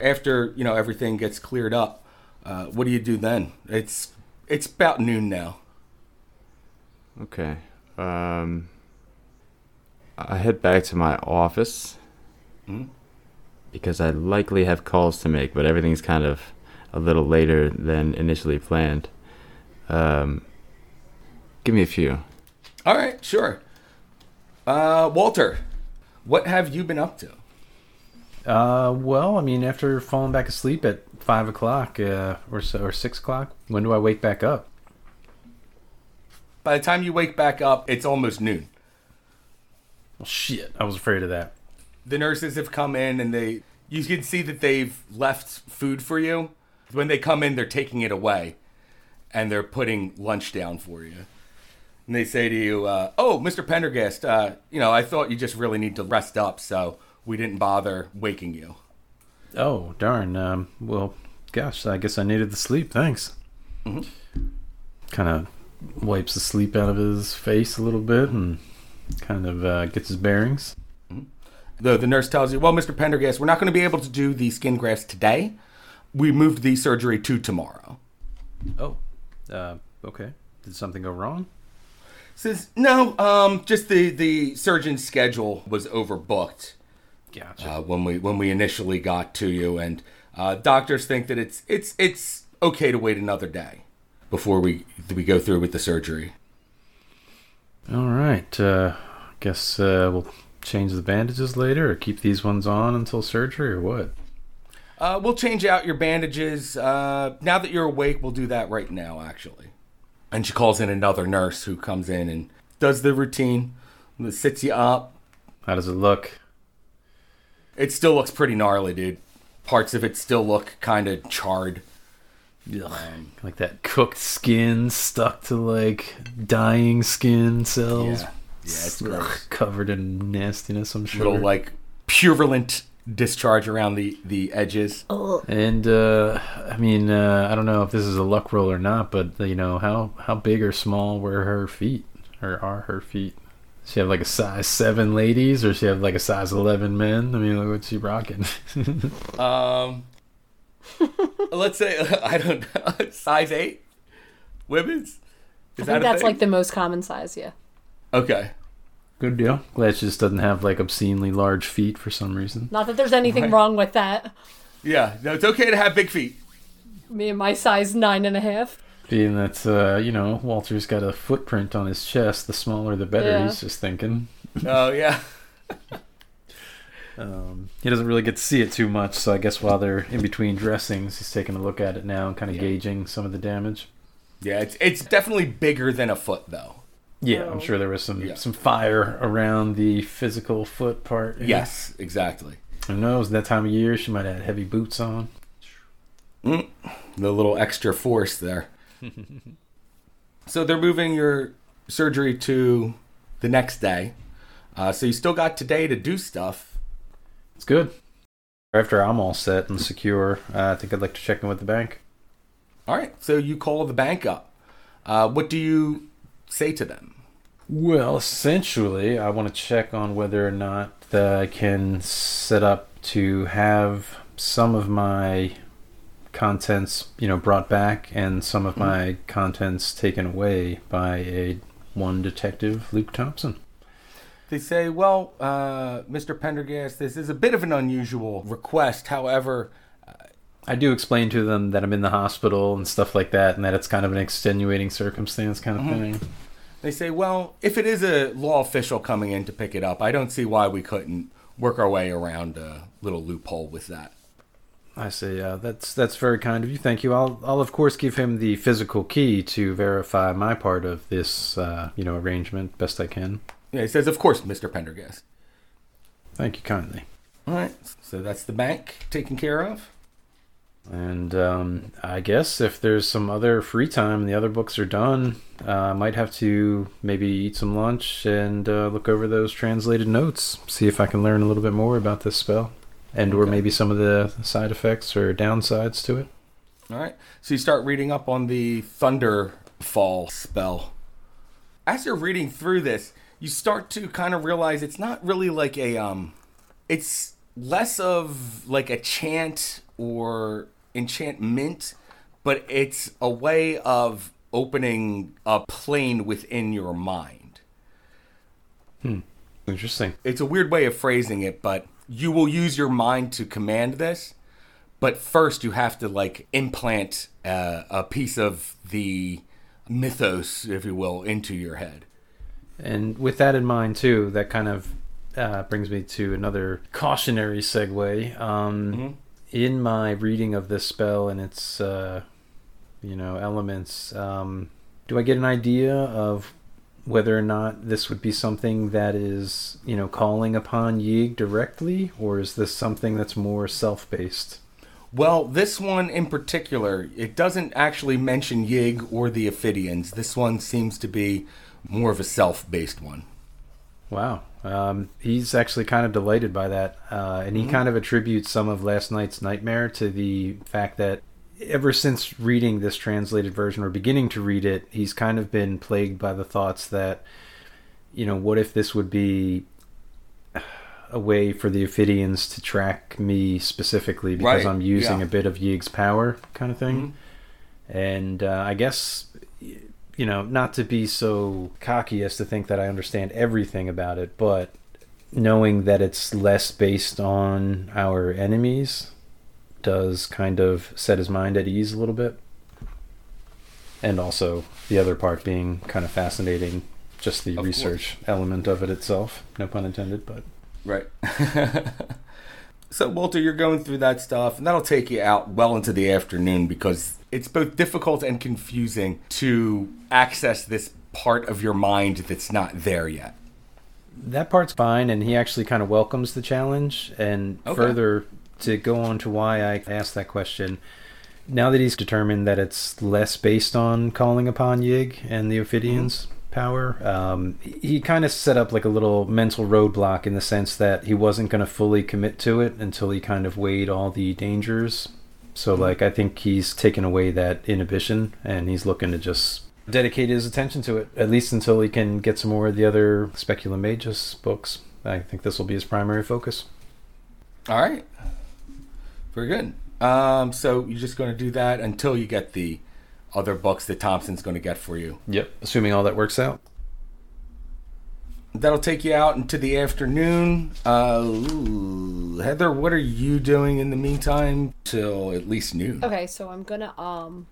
[SPEAKER 3] After you know everything gets cleared up, uh, what do you do then? It's it's about noon now.
[SPEAKER 5] Okay. Um, I head back to my office Hmm? because I likely have calls to make, but everything's kind of a little later than initially planned. Um, give me a few.
[SPEAKER 3] All right, sure. Uh, Walter, what have you been up to?
[SPEAKER 4] Uh, well, I mean, after falling back asleep at five o'clock uh, or so, or six o'clock, when do I wake back up?
[SPEAKER 3] By the time you wake back up, it's almost noon.
[SPEAKER 4] Well, shit, I was afraid of that.
[SPEAKER 3] the nurses have come in and they you can see that they've left food for you when they come in they're taking it away and they're putting lunch down for you and they say to you uh, oh mr pendergast uh, you know i thought you just really need to rest up so we didn't bother waking you
[SPEAKER 4] Oh darn. Um, well, gosh, I guess I needed the sleep. Thanks. Mm-hmm. Kind of wipes the sleep out of his face a little bit and kind of uh, gets his bearings.
[SPEAKER 3] the, the nurse tells you well mr pendergast we're not going to be able to do the skin grafts today we moved the surgery to tomorrow
[SPEAKER 4] Oh, uh, okay. Did something go wrong?
[SPEAKER 3] says no um just the the surgeon's schedule was overbooked
[SPEAKER 4] Gotcha.
[SPEAKER 3] uh, when we when we initially got to you, and uh, doctors think that it's it's it's okay to wait another day before we we go through with the surgery.
[SPEAKER 4] All right. Uh, guess uh, we'll change the bandages later, or keep these ones on until surgery, or what?
[SPEAKER 3] Uh, we'll change out your bandages uh, now that you're awake. We'll do that right now, actually. And she calls in another nurse who comes in and does the routine, sits you up.
[SPEAKER 4] How does it look?
[SPEAKER 3] It still looks pretty gnarly, dude. Parts of it still look kind of charred. Um,
[SPEAKER 4] Like that cooked skin stuck to like dying skin cells.
[SPEAKER 3] Yeah. Yeah, it's
[SPEAKER 4] Ugh,
[SPEAKER 3] gross.
[SPEAKER 4] covered in nastiness, I'm sure.
[SPEAKER 3] Little like purulent discharge around the the edges.
[SPEAKER 4] and uh, I mean, uh, I don't know if this is a luck roll or not, but you know how how big or small were her feet, or are her feet? She have like a size seven ladies, or she have like a size eleven men. I mean, like, what's she rocking?
[SPEAKER 3] Um, let's say I don't know, size eight, women's. Is
[SPEAKER 2] I think
[SPEAKER 3] a
[SPEAKER 2] that's
[SPEAKER 3] thing?
[SPEAKER 2] like the most common size, yeah.
[SPEAKER 3] okay.
[SPEAKER 4] Good deal. Glad she just doesn't have like obscenely large feet for some reason.
[SPEAKER 2] Not that there's anything wrong with that.
[SPEAKER 3] Yeah, no, it's okay to have big feet.
[SPEAKER 2] Me and my size nine and a half.
[SPEAKER 4] Being that uh, you know Walter's got a footprint on his chest, the smaller the better.
[SPEAKER 2] Yeah.
[SPEAKER 4] He's just thinking.
[SPEAKER 3] Oh yeah,
[SPEAKER 4] Um, he doesn't really get to see it too much, so I guess while they're in between dressings, he's taking a look at it now and kind of gauging some of the damage.
[SPEAKER 3] yeah. It's it's definitely bigger than a foot though.
[SPEAKER 4] Yeah, I'm sure there was some
[SPEAKER 3] Yeah.
[SPEAKER 4] some fire around the physical foot part.
[SPEAKER 3] Yes, exactly.
[SPEAKER 4] who knows? That time of year, she might have had heavy boots on.
[SPEAKER 3] The little extra force there. so they're moving your surgery to the next day. Uh, so you still got today to do stuff.
[SPEAKER 4] It's good. After I'm all set and secure, uh, I think I'd like to check in with the bank.
[SPEAKER 3] All right. So you call the bank up. Uh, what do you say to them?
[SPEAKER 4] Well, essentially, I want to check on whether or not that I can set up to have some of my contents, you know, brought back and some of my contents taken away by a one detective, Luke Thompson.
[SPEAKER 3] They say, well, uh, Mr. Pendergast, this is a bit of an unusual request. However,
[SPEAKER 4] I do explain to them that I'm in the hospital and stuff like that, and that it's kind of an extenuating circumstance kind of thing.
[SPEAKER 3] they say, well, if it is a law official coming in to pick it up, I don't see why we couldn't work our way around a little loophole with that.
[SPEAKER 4] I see. Uh, that's that's very kind of you. Thank you. I'll I'll of course give him the physical key to verify my part of this uh, you know arrangement best I can.
[SPEAKER 3] Yeah, he says, of course, Mr. Pendergast.
[SPEAKER 4] Thank you kindly.
[SPEAKER 3] All right. So that's the bank taken care of.
[SPEAKER 4] And um, I guess if there's some other free time and the other books are done, uh, I might have to maybe eat some lunch and uh, look over those translated notes, see if I can learn a little bit more about this spell, and or maybe some of the side effects or downsides to it.
[SPEAKER 3] All right. So you start reading up on the Thunderfall spell. As you're reading through this, you start to kind of realize it's not really like a um it's less of like a chant or enchantment but it's a way of opening a plane within your mind
[SPEAKER 4] Interesting.
[SPEAKER 3] it's a weird way of phrasing it but you will use your mind to command this but first you have to like implant uh, a piece of the mythos if you will into your head
[SPEAKER 4] And with that in mind, too, that kind of uh, brings me to another cautionary segue. Um, In my reading of this spell and its, uh, you know, elements, um, do I get an idea of whether or not this would be something that is, you know, calling upon Yig directly, or is this something that's more self-based?
[SPEAKER 3] Well, this one in particular, it doesn't actually mention Yig or the Ophidians. This one seems to be more of a self based one.
[SPEAKER 4] Wow. Um, he's actually kind of delighted by that. Uh, and he
[SPEAKER 3] Mm-hmm.
[SPEAKER 4] kind of attributes some of last night's nightmare to the fact that ever since reading this translated version or beginning to read it, he's kind of been plagued by the thoughts that, you know, what if this would be a way for the Ophidians to track me specifically because
[SPEAKER 3] Right,
[SPEAKER 4] I'm using
[SPEAKER 3] yeah. Mm-hmm.
[SPEAKER 4] a bit of Yig's power kind of thing? And uh, I guess you know, not to be so cocky as to think that I understand everything about it, but knowing that it's less based on our enemies does kind of set his mind at ease a little bit. And also the other part being kind of fascinating, just the
[SPEAKER 3] Of
[SPEAKER 4] research element of it itself. No pun intended, but
[SPEAKER 3] Right. so, Walter, you're going through that stuff, and that'll take you out well into the afternoon because it's both difficult and confusing to access this part of your mind that's not there yet.
[SPEAKER 4] that part's fine and he actually kind of welcomes the challenge and
[SPEAKER 3] Okay.
[SPEAKER 4] further to go on to why i asked that question now that he's determined that it's less based on calling upon yig and the ophidians power um, he- he kind of set up like a little mental roadblock in the sense that he wasn't going to fully commit to it until he kind of weighed all the dangers so like i think he's taken away that inhibition and he's looking to just dedicate his attention to it at least until he can get some more of the other speculum magus books i think this will be his primary focus
[SPEAKER 3] All right. Very good. Um, so, you're just going to do that until you get the other books that Thompson's going to get for you.
[SPEAKER 4] yep assuming all that works out
[SPEAKER 3] That'll take you out into the afternoon. Uh, ooh, Heather, what are you doing in the meantime till at least noon?
[SPEAKER 2] Okay, so I'm gonna um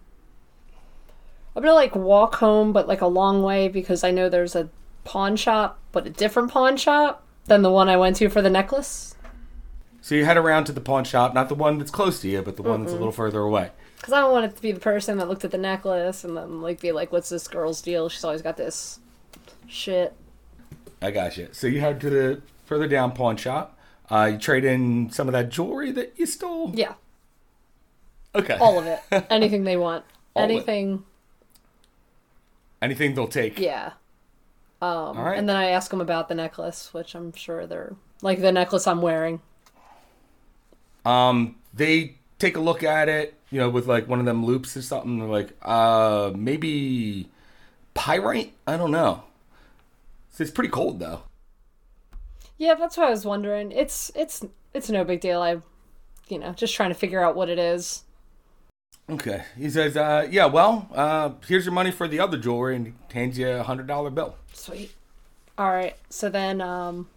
[SPEAKER 2] I'm gonna like walk home but like a long way because I know there's a pawn shop, but a different pawn shop than the one I went to for the necklace.
[SPEAKER 3] So you head around to the pawn shop, not the one that's close to you, but the one that's a little further away.
[SPEAKER 2] Cause I don't want it to be the person that looked at the necklace and then like be like, What's this girl's deal? She's always got this shit.
[SPEAKER 3] I got you. So you head to the further down pawn shop. Uh, you trade in some of that jewelry that you stole.
[SPEAKER 2] Yeah.
[SPEAKER 3] Okay.
[SPEAKER 2] All of it. Anything they want.
[SPEAKER 3] All of it.
[SPEAKER 2] Anything
[SPEAKER 3] Anything they'll take.
[SPEAKER 2] yeah.
[SPEAKER 3] All right.
[SPEAKER 2] And then I ask them about the necklace, which I'm sure they're like the necklace I'm wearing.
[SPEAKER 3] Um, they take a look at it, you know, with like one of them loops or something. They're like, uh, maybe pyrite. I don't know. So it's pretty cold though.
[SPEAKER 2] Yeah, that's what I was wondering. It's it's it's no big deal. I, you know, just trying to figure out what it is.
[SPEAKER 3] Okay. He says, uh, yeah, well, uh, here's your money for the other jewelry, and he hands you a hundred dollar bill.
[SPEAKER 2] Sweet. All right. So then, um,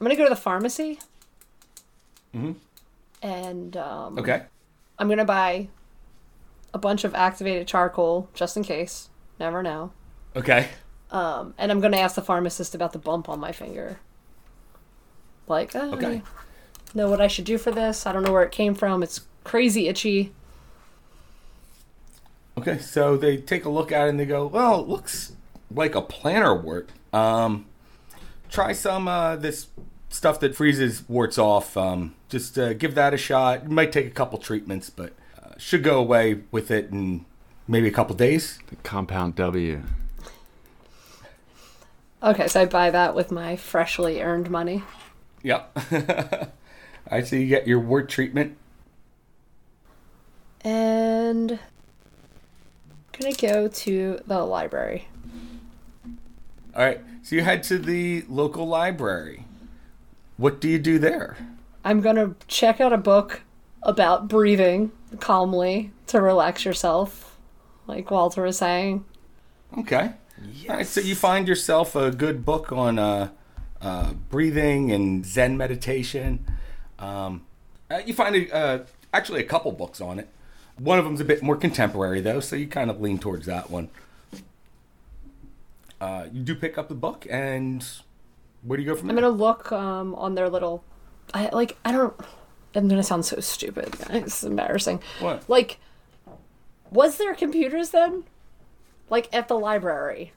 [SPEAKER 2] I'm gonna go to the pharmacy. Mm-hmm. And um,
[SPEAKER 3] Okay.
[SPEAKER 2] I'm gonna buy a bunch of activated charcoal just in case. Never know.
[SPEAKER 3] Okay.
[SPEAKER 2] Um, and I'm gonna ask the pharmacist about the bump on my finger. Like, oh,
[SPEAKER 3] Okay.
[SPEAKER 2] okay. know what I should do for this? I don't know where it came from. It's crazy itchy.
[SPEAKER 3] Okay. So they take a look at it and they go, well, it looks like a planter wart. Um, try some uh, this stuff that freezes warts off. Um, just uh, give that a shot. It might take a couple treatments, but uh, should go away with it in maybe a couple days.
[SPEAKER 5] The compound W.
[SPEAKER 2] Okay, so I buy that with my freshly earned money.
[SPEAKER 3] Yep. All right. So you get your wart treatment.
[SPEAKER 2] And I'm gonna go to the library.
[SPEAKER 3] All right. So you head to the local library. What do you do there?
[SPEAKER 2] I'm going to check out a book about breathing calmly to relax yourself, like Walter was saying.
[SPEAKER 3] Okay. All right. So you find yourself a good book on uh, uh, breathing and Zen meditation. Um, uh, you find a, uh, actually a couple books on it. One of them's a bit more contemporary though, so you kind of lean towards that one. Uh, you do pick up the book, and where do you go from
[SPEAKER 2] I'm
[SPEAKER 3] there?
[SPEAKER 2] going to look um, on their little. I Like, I don't. I'm going to sound so stupid, guys. It's embarrassing.
[SPEAKER 3] What?
[SPEAKER 2] Like, was there computers then? Like, at the library?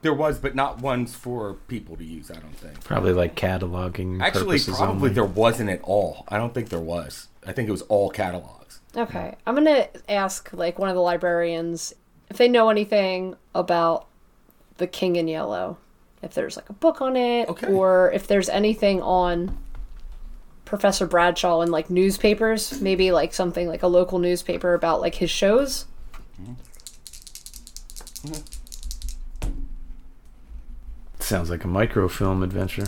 [SPEAKER 3] There was, but not ones for people to use. I don't think.
[SPEAKER 4] Probably like cataloging.
[SPEAKER 3] Actually,
[SPEAKER 4] purposes
[SPEAKER 3] probably
[SPEAKER 4] only.
[SPEAKER 3] there wasn't at all. I don't think there was. I think it was all catalogs.
[SPEAKER 2] Okay. I'm going to ask, like, one of the librarians if they know anything about The King in Yellow. If there's, like, a book on it,
[SPEAKER 3] Okay.
[SPEAKER 2] or if there's anything on Professor Bradshaw in, like, newspapers. Maybe, like, something like a local newspaper about, like, his shows.
[SPEAKER 4] sounds like a microfilm adventure.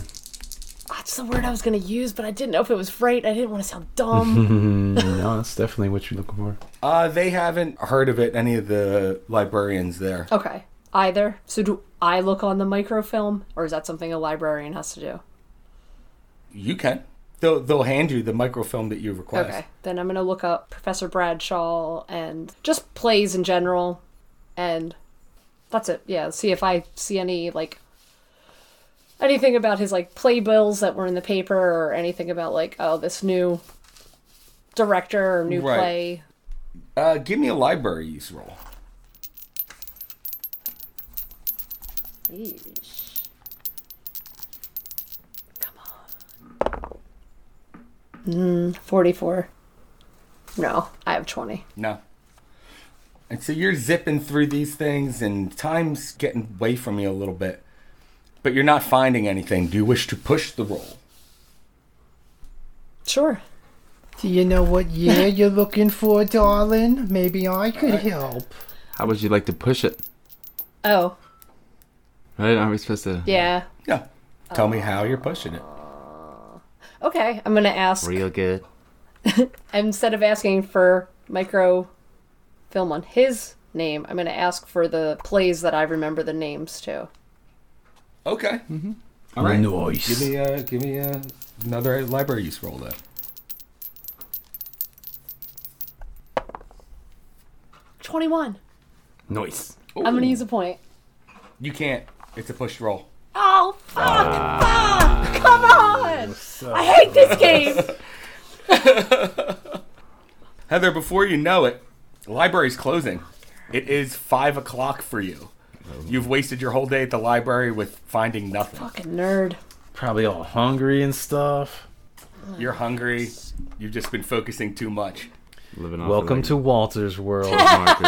[SPEAKER 2] That's the word I was going to use, but I didn't know if it was right. I didn't want to sound dumb.
[SPEAKER 4] Mm, no, that's definitely what you're looking for.
[SPEAKER 3] Uh, they haven't heard of it. Any of the librarians there.
[SPEAKER 2] okay. Either. So, do I look on the microfilm, or is that something a librarian has to do?
[SPEAKER 3] You can. They'll they'll hand you the microfilm that you request.
[SPEAKER 2] Okay. Then I'm going to look up Professor Bradshaw and just plays in general. And that's it. Yeah. See if I see any, like, anything about his, like, playbills that were in the paper or anything about, like, oh, this new director or new
[SPEAKER 3] Right.
[SPEAKER 2] play.
[SPEAKER 3] Uh, give me a library use roll.
[SPEAKER 2] Come on. Mm, 44. No, I have 20.
[SPEAKER 3] No. And so you're zipping through these things, and time's getting away from you a little bit, but you're not finding anything. Do you wish to push the roll?
[SPEAKER 2] Sure.
[SPEAKER 6] Do you know what year you're looking for, darling? Maybe I could help.
[SPEAKER 5] How would you like to push it?
[SPEAKER 2] Oh,
[SPEAKER 5] Right? Aren't we supposed to?
[SPEAKER 2] yeah.
[SPEAKER 3] Yeah. Tell me how you're pushing it.
[SPEAKER 2] Okay, I'm going to ask.
[SPEAKER 5] Real good.
[SPEAKER 2] instead of asking for micro film on his name, I'm going to ask for the plays that I remember the names to.
[SPEAKER 3] Okay. Mm-hmm. right. Give me uh, give me uh, another library use roll then.
[SPEAKER 2] Twenty-one.
[SPEAKER 4] Noise.
[SPEAKER 2] I'm going to use a point.
[SPEAKER 3] You can't. It's a push roll.
[SPEAKER 2] Oh fuck! fuck! Come on! I hate this game.
[SPEAKER 3] Heather, before you know it, the library's closing. It is five o'clock for you. You've wasted your whole day at the library with finding nothing.
[SPEAKER 2] Fucking nerd.
[SPEAKER 4] Probably all hungry and stuff.
[SPEAKER 3] You're hungry. You've just been focusing too much.
[SPEAKER 5] Living off
[SPEAKER 4] Welcome
[SPEAKER 5] of,
[SPEAKER 4] to Walter's world.
[SPEAKER 5] like,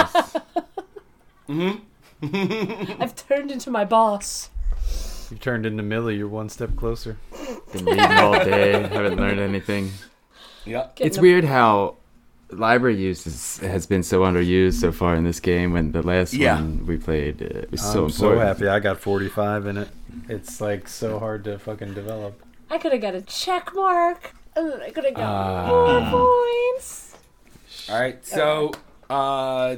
[SPEAKER 5] markers.
[SPEAKER 2] I've turned into my boss.
[SPEAKER 4] You've turned into Millie. You're one step closer.
[SPEAKER 5] Been reading all day. Haven't learned anything.
[SPEAKER 3] Yeah.
[SPEAKER 2] Getting
[SPEAKER 5] It's
[SPEAKER 2] a-
[SPEAKER 5] weird how library use is, has been so underused so far in this game. When the last
[SPEAKER 3] Yeah.
[SPEAKER 5] one we played uh, was
[SPEAKER 4] I'm
[SPEAKER 5] so important.
[SPEAKER 4] so happy I got 45 in it. It's like so hard to fucking develop.
[SPEAKER 2] I could have got a check mark. and then I could have got more points.
[SPEAKER 3] All right. So, uh,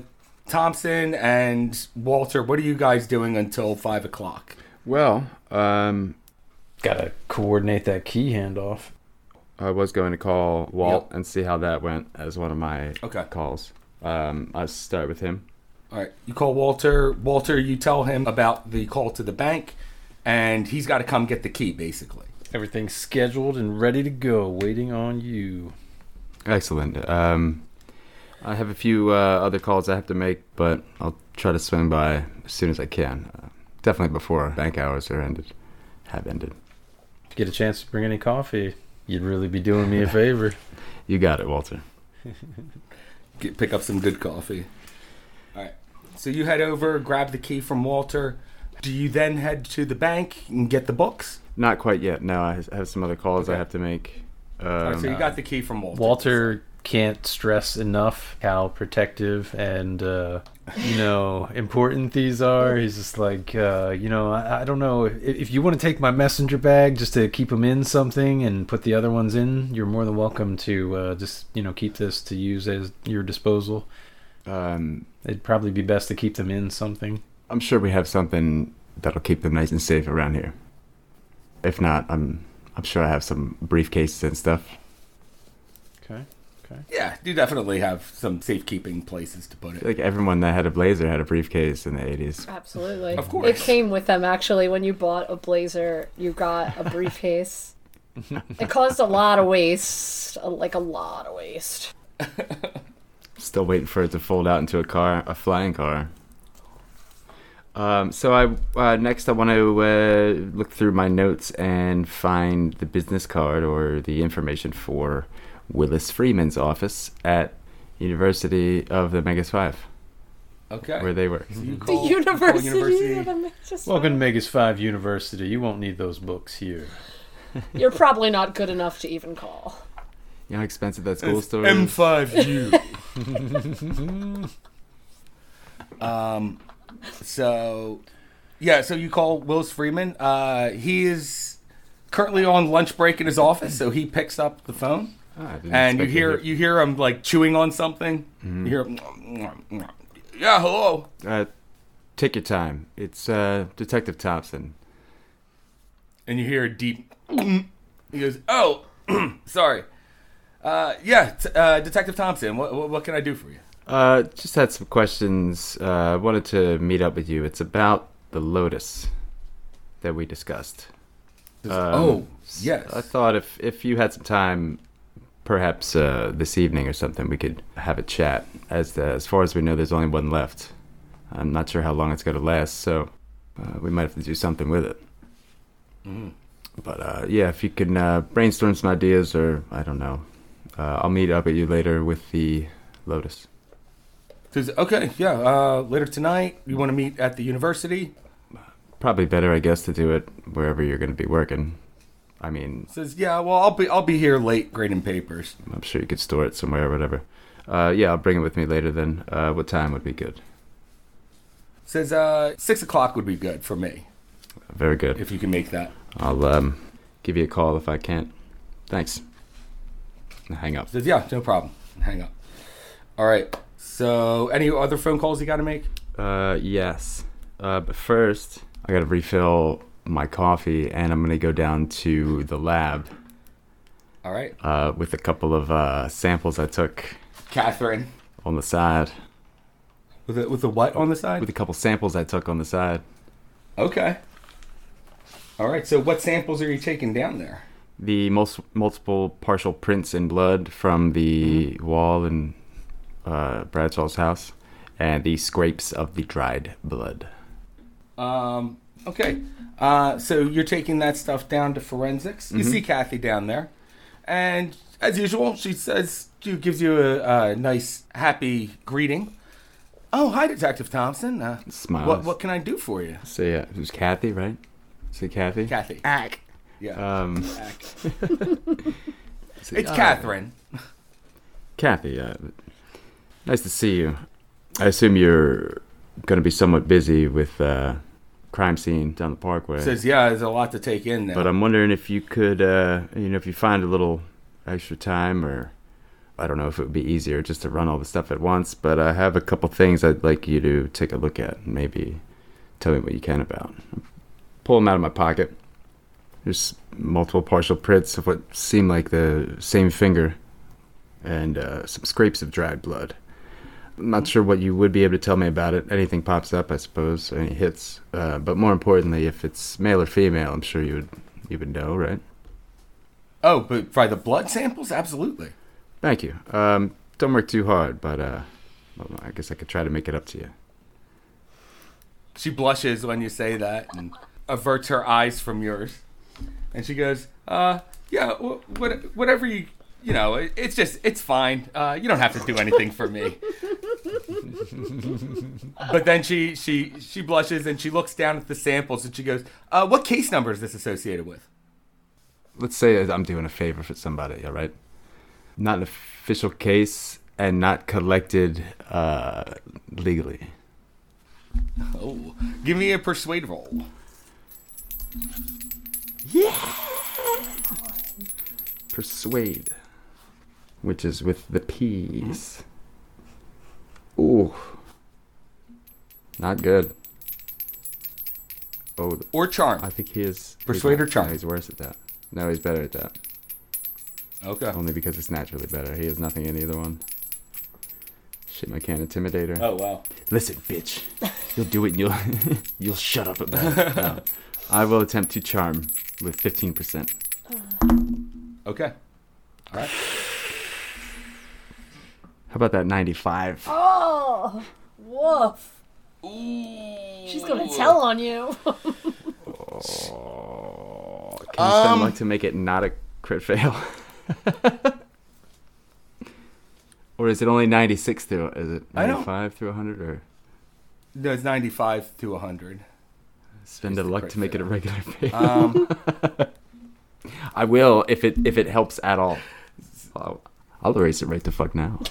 [SPEAKER 3] Thompson and Walter, what are you guys doing until five o'clock?
[SPEAKER 5] Well, um,
[SPEAKER 4] Gotta coordinate that key handoff.
[SPEAKER 5] I was going to call Walt
[SPEAKER 3] Yep.
[SPEAKER 5] and see how that went as one of my
[SPEAKER 3] Okay.
[SPEAKER 5] calls. Um, I'll start with him.
[SPEAKER 3] All right. You call Walter. Walter, you tell him about the call to the bank, and he's got to come get the key, basically.
[SPEAKER 4] Everything's scheduled and ready to go, waiting on you.
[SPEAKER 5] Excellent. Um, I have a few uh, other calls I have to make, but I'll try to swing by as soon as I can. Uh, definitely before bank hours are ended, have ended.
[SPEAKER 4] If you get a chance to bring any coffee, you'd really be doing me a favor.
[SPEAKER 5] You got it, Walter.
[SPEAKER 3] get, pick up some good coffee. All right. So you head over, grab the key from Walter. Do you then head to the bank and get the books?
[SPEAKER 5] Not quite yet. No, I has- have some other calls I
[SPEAKER 3] Okay.
[SPEAKER 5] have to make. Um,
[SPEAKER 3] All right, so you got the key from Walter.
[SPEAKER 4] Walter can't stress enough how protective and uh, you know important these are. He's just like, uh, you know, I, I don't know if, if you want to take my messenger bag just to keep them in something and put the other ones in. You're more than welcome to uh, just you know keep this to use as your disposal.
[SPEAKER 5] Um,
[SPEAKER 4] It'd probably be best to keep them in something.
[SPEAKER 5] I'm sure we have something that'll keep them nice and safe around here. If not, I'm I'm sure I have some briefcases and stuff.
[SPEAKER 4] Okay. Okay.
[SPEAKER 3] Yeah, you definitely have some safekeeping places to put
[SPEAKER 5] I feel
[SPEAKER 3] it.
[SPEAKER 5] like everyone that had a blazer had a briefcase in the 80s.
[SPEAKER 2] Absolutely.
[SPEAKER 3] Of course.
[SPEAKER 2] It came with them actually when you bought a blazer, you got a briefcase. it caused a lot of waste, uh, like a lot of waste.
[SPEAKER 5] Still waiting for it to fold out into a car, a flying car. Um, so I uh, next I want to uh, look through my notes and find the business card or the information for Willis Freeman's office at University of the Megas Five,
[SPEAKER 3] Okay.
[SPEAKER 5] where they work.
[SPEAKER 3] You
[SPEAKER 2] The
[SPEAKER 3] call- you call
[SPEAKER 2] university.
[SPEAKER 3] Oh, university.
[SPEAKER 2] that I'm just-
[SPEAKER 4] Welcome to Megas Five University. You won't need those books here.
[SPEAKER 2] You're probably not good enough to even call.
[SPEAKER 5] You know how expensive that school store is.
[SPEAKER 3] M5U. um, so, yeah, so you call Willis Freeman. Uh, he is currently on lunch break in his office, so he picks up the phone.
[SPEAKER 5] Ah, I didn't
[SPEAKER 3] and you
[SPEAKER 5] expect to
[SPEAKER 3] hear you hear him like chewing on something.
[SPEAKER 5] Mm-hmm.
[SPEAKER 3] You hear, him, yeah, hello.
[SPEAKER 5] Uh, take your time. It's uh, Detective Thompson.
[SPEAKER 3] and you hear a deep. he goes, "Oh, sorry. Uh, yeah, t- uh, Detective Thompson. What, what what can I do for you?
[SPEAKER 5] Uh, just had some questions. Uh, wanted to meet up with you. It's about the Lotus that we discussed.
[SPEAKER 3] Says,
[SPEAKER 5] Um,
[SPEAKER 3] oh,
[SPEAKER 5] s-
[SPEAKER 3] yes.
[SPEAKER 5] I thought if if you had some time, perhaps uh, this evening or something, we could have a chat. As the, as far as we know, there's only one left. I'm not sure how long it's going to last, so uh, we might have to do something with it. But uh, yeah, if you can uh, brainstorm some ideas, or I don't know, uh, I'll meet up with you later with the Lotus.
[SPEAKER 3] Says, okay, yeah. Uh, later tonight, you want to meet at the university?
[SPEAKER 5] Probably better, I guess, to do it wherever you're going to be working. I mean,
[SPEAKER 3] Says, yeah. Well, I'll be I'll be here late grading papers.
[SPEAKER 5] I'm sure you could store it somewhere or whatever. Uh, yeah, I'll bring it with me later then. Uh, what time would be good?
[SPEAKER 3] Says, uh, six o'clock would be good for me
[SPEAKER 5] Very good.
[SPEAKER 3] if you can make that.
[SPEAKER 5] I'll um, give you a call if I can't. Thanks. Hang up.
[SPEAKER 3] Says, yeah, no problem. Hang up. All right. So, any other phone calls you got to make?
[SPEAKER 5] Uh, yes. Uh, but first, I gotta refill my coffee and I'm gonna go down to the lab
[SPEAKER 3] All right,
[SPEAKER 5] uh, with a couple of uh, samples I took
[SPEAKER 3] Catherine.
[SPEAKER 5] on the side.
[SPEAKER 3] With a, with a what on the side?
[SPEAKER 5] With a couple samples I took on the side.
[SPEAKER 3] Okay. All right. So, what samples are you taking down there?
[SPEAKER 5] the most multiple partial prints in blood from the wall in uh, Bradshaw's house, and the scrapes of the dried blood.
[SPEAKER 3] Um. Okay. Uh. So you're taking that stuff down to forensics. You see Kathy down there, and as usual, she says she gives you a, a nice, happy greeting. Oh, hi, Detective Thompson. Uh,
[SPEAKER 5] Smiles.
[SPEAKER 3] What What can I do for you,
[SPEAKER 5] So yeah, it was Kathy, right? See Kathy.
[SPEAKER 3] Kathy?
[SPEAKER 5] Ack.
[SPEAKER 3] Yeah.
[SPEAKER 5] Um, uh,
[SPEAKER 3] it's Catherine.
[SPEAKER 5] Kathy. Uh, nice to see you. I assume you're going to be somewhat busy with uh, crime scene down the Parkway.
[SPEAKER 3] Says, yeah, there's a lot to take in there.
[SPEAKER 5] But uh, I'm wondering if you could, uh, you know, if you find a little extra time, or I don't know if it would be easier just to run all the stuff at once. But I have a couple things I'd like you to take a look at and maybe tell me what you can about. Pull them out of my pocket. There's multiple partial prints of what seem like the same finger, and uh, some scrapes of dried blood. I'm not sure what you would be able to tell me about it. Anything pops up, I suppose, any hits. Uh, but more importantly, if it's male or female, I'm sure you would you would know, right?
[SPEAKER 3] oh, but by the blood samples, absolutely.
[SPEAKER 5] Thank you. Um, don't work too hard, but uh, well, I guess I could try to make it up to you.
[SPEAKER 3] She blushes when you say that and averts her eyes from yours. And she goes, uh, yeah, wh- what, whatever you, you know, it, it's just, it's fine. Uh, you don't have to do anything for me. but then she, she, she blushes and she looks down at the samples and she goes, uh, what case number is this associated with?
[SPEAKER 5] Let's say I'm doing a favor for somebody, all right? Not in a official case and not collected uh, legally.
[SPEAKER 3] Oh, give me a persuade roll.
[SPEAKER 5] Persuade, which is with the P's.
[SPEAKER 3] Mm-hmm.
[SPEAKER 5] Ooh, not good. Oh,
[SPEAKER 3] Or charm.
[SPEAKER 5] I think he is he's
[SPEAKER 3] Persuade or
[SPEAKER 5] not-
[SPEAKER 3] charm?
[SPEAKER 5] no, he's worse at that. No, he's better at that.
[SPEAKER 3] Okay.
[SPEAKER 5] Only because it's naturally better. He has nothing in either one. Shit, I can't intimidate her.
[SPEAKER 3] Oh wow.
[SPEAKER 5] Listen, bitch. You'll do it and you'll you'll shut up about it. No. I will attempt to charm with fifteen percent.
[SPEAKER 3] Okay. All right.
[SPEAKER 5] How about that ninety five?
[SPEAKER 2] Oh, woof. She's gonna tell on you.
[SPEAKER 5] Can you
[SPEAKER 3] Um,
[SPEAKER 5] spend luck to make it not a crit fail? or is it only ninety six through is it
[SPEAKER 3] I don't-
[SPEAKER 5] ninety five through hundred or
[SPEAKER 3] No, it's 95 to 100.
[SPEAKER 5] spend
[SPEAKER 3] It's
[SPEAKER 5] a
[SPEAKER 3] the
[SPEAKER 5] luck
[SPEAKER 3] crit
[SPEAKER 5] to make it a
[SPEAKER 3] fail.
[SPEAKER 5] regular fail?
[SPEAKER 3] Um,
[SPEAKER 5] I will if it if it helps at all. I'll, I'll erase it right the fuck now.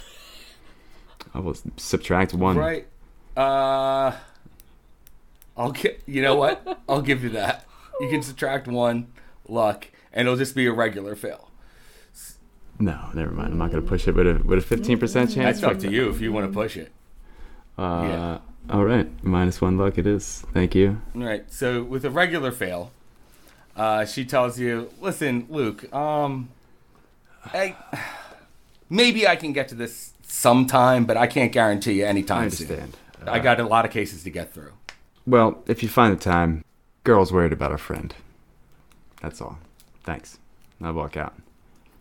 [SPEAKER 5] I will subtract one.
[SPEAKER 3] right. Uh, I'll get. You know what? I'll give you that. You can subtract one luck, and it'll just be a regular fail.
[SPEAKER 5] No, never mind. I'm not gonna push it with a with a 15% chance.
[SPEAKER 3] That's up to you if you want to push it.
[SPEAKER 5] Uh, All right, minus one luck it is. Thank you.
[SPEAKER 3] All right. So with a regular fail, uh, she tells you, "Listen, Luke. Um, I, maybe I can get to this sometime, but I can't guarantee you
[SPEAKER 5] I
[SPEAKER 3] anytime soon.
[SPEAKER 5] understand.
[SPEAKER 3] I got a lot of cases to get through."
[SPEAKER 5] Well, if you find the time, girl's worried about her friend. That's all. Thanks. I walk out.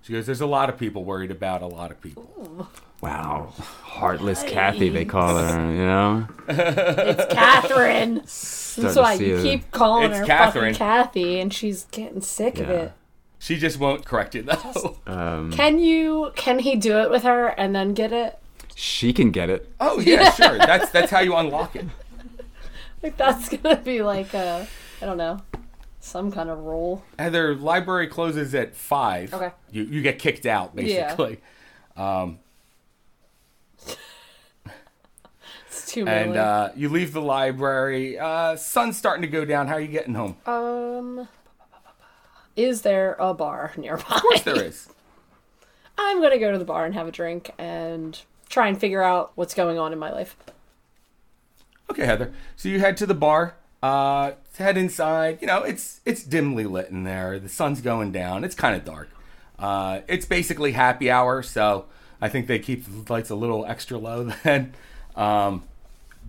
[SPEAKER 3] She goes, "There's a lot of people worried about a lot of people."
[SPEAKER 5] Wow, heartless Kathy, they call her. You know.
[SPEAKER 2] It's Catherine.
[SPEAKER 5] Starting
[SPEAKER 2] That's
[SPEAKER 5] to
[SPEAKER 2] why
[SPEAKER 5] see
[SPEAKER 2] you
[SPEAKER 5] a-
[SPEAKER 2] keep calling
[SPEAKER 3] It's
[SPEAKER 2] her
[SPEAKER 3] Catherine.
[SPEAKER 2] fucking Kathy, and she's getting sick of
[SPEAKER 5] Yeah.
[SPEAKER 2] it.
[SPEAKER 3] She just won't correct it though.
[SPEAKER 5] um,
[SPEAKER 2] Can you? Can he do it with her and then get it?
[SPEAKER 5] She can get it.
[SPEAKER 3] Oh yeah, sure. That's that's how you unlock it.
[SPEAKER 2] Like that's gonna be like a, I don't know, some kind of rule.
[SPEAKER 3] Heather, library closes at five.
[SPEAKER 2] Okay.
[SPEAKER 3] You you get kicked out
[SPEAKER 2] Yeah.
[SPEAKER 3] basically. Um,
[SPEAKER 2] It's too
[SPEAKER 3] and
[SPEAKER 2] many.
[SPEAKER 3] uh, you leave the library. Uh, sun's starting to go down. How are you getting home? Of
[SPEAKER 2] um, is there a bar nearby? Of
[SPEAKER 3] course there is.
[SPEAKER 2] I'm gonna go to the bar and have a drink and try and figure out what's going on in my life.
[SPEAKER 3] Okay, Heather. So you head to the bar. Uh, head inside. You know, it's it's dimly lit in there. The sun's going down. It's kind of dark. Uh, it's basically happy hour, so I think they keep the lights a little extra low then. Um,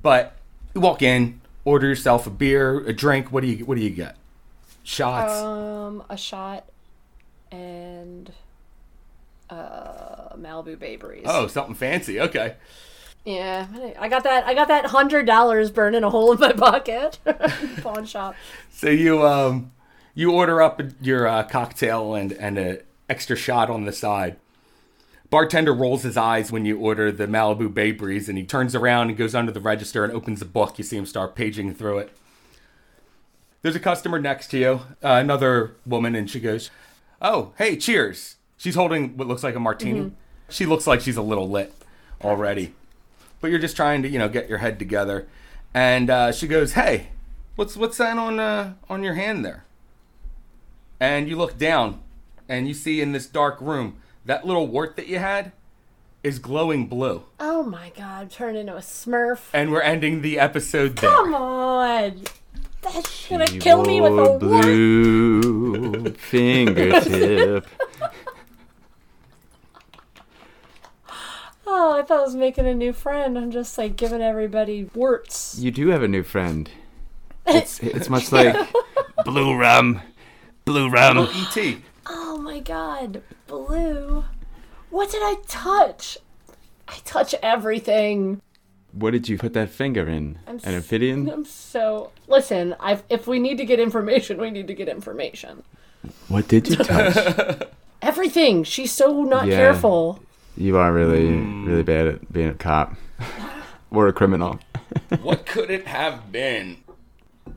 [SPEAKER 3] but you walk in, order yourself a beer, a drink. What do you what do you get? Shots.
[SPEAKER 2] Um, a shot and uh Malibu Bay Breeze.
[SPEAKER 3] oh, something fancy. Okay.
[SPEAKER 2] Yeah, I got that. I got that hundred dollars burning a hole in my pocket. Pawn shop.
[SPEAKER 3] So you um you order up your uh, cocktail and and a extra shot on the side. Bartender rolls his eyes when you order the Malibu Bay Breeze, and he turns around and goes under the register and opens the book. You see him start paging through it. There's a customer next to you, uh, another woman, and she goes, "Oh, hey, cheers." She's holding what looks like a martini. She looks like she's a little lit already, but you're just trying to, you know, get your head together. And uh, she goes, "Hey, what's what's that on uh, on your hand there?" And you look down, and you see in this dark room that little wart that you had is glowing blue.
[SPEAKER 2] Oh my god, turn into a Smurf.
[SPEAKER 3] And we're ending the episode there.
[SPEAKER 2] Come on, that's gonna kill me with a
[SPEAKER 5] Your
[SPEAKER 2] blue.
[SPEAKER 5] blue fingertip.
[SPEAKER 2] Oh, I thought I was making a new friend. I'm just like giving everybody warts.
[SPEAKER 5] You do have a new friend. It's it's much like blue rum, blue rum.
[SPEAKER 3] Et.
[SPEAKER 2] Oh my god, blue. What did I touch? I touch everything.
[SPEAKER 5] What did you put that finger in?
[SPEAKER 2] I'm
[SPEAKER 5] An
[SPEAKER 2] s-
[SPEAKER 5] ophidian?
[SPEAKER 2] I'm so listen. I've, if we need to get information, we need to get information.
[SPEAKER 5] What did you touch?
[SPEAKER 2] Everything. She's so not
[SPEAKER 5] Yeah.
[SPEAKER 2] careful.
[SPEAKER 5] you are really really bad at being a cop or a criminal.
[SPEAKER 3] what could it have been?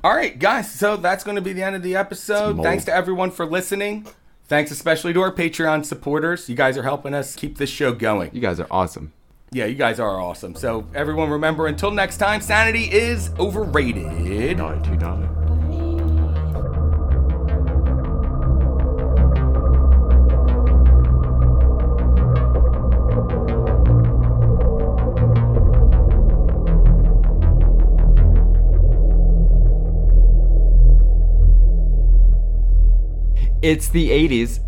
[SPEAKER 3] All right, guys. So that's going to be the end of the episode.
[SPEAKER 5] mold.
[SPEAKER 3] Thanks to everyone for listening. Thanks especially to our Patreon supporters. You guys are helping us keep this show going.
[SPEAKER 5] You guys are awesome.
[SPEAKER 3] Yeah, you guys are awesome. So, everyone, remember until next time, sanity is overrated.
[SPEAKER 5] Dollar two dollar. It's the 80s.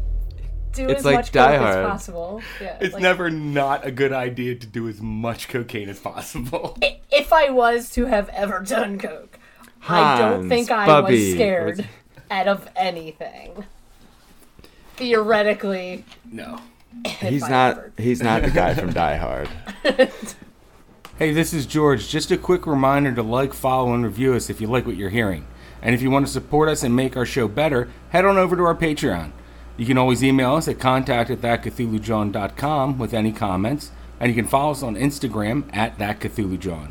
[SPEAKER 2] Do
[SPEAKER 5] It's
[SPEAKER 2] as
[SPEAKER 5] like
[SPEAKER 2] much
[SPEAKER 5] Die
[SPEAKER 2] coke as
[SPEAKER 5] Hard.
[SPEAKER 2] possible. Yeah,
[SPEAKER 3] It's
[SPEAKER 2] like,
[SPEAKER 3] never not a good idea to do as much cocaine as possible.
[SPEAKER 2] If I was to have ever done coke, I don't
[SPEAKER 5] Hans,
[SPEAKER 2] think I
[SPEAKER 5] Bubby,
[SPEAKER 2] was scared
[SPEAKER 5] was-
[SPEAKER 2] out of anything. Theoretically,
[SPEAKER 3] No.
[SPEAKER 5] He's
[SPEAKER 2] I
[SPEAKER 5] not.
[SPEAKER 2] ever-
[SPEAKER 5] He's not the guy from Die Hard.
[SPEAKER 3] Hey, this is George. Just a quick reminder to like, follow, and review us if you like what you're hearing. And if you want to support us and make our show better, head on over to our Patreon. You can always email us at contact at thatcthulhujohn.com with any comments, and you can follow us on Instagram at thatcthulhujohn.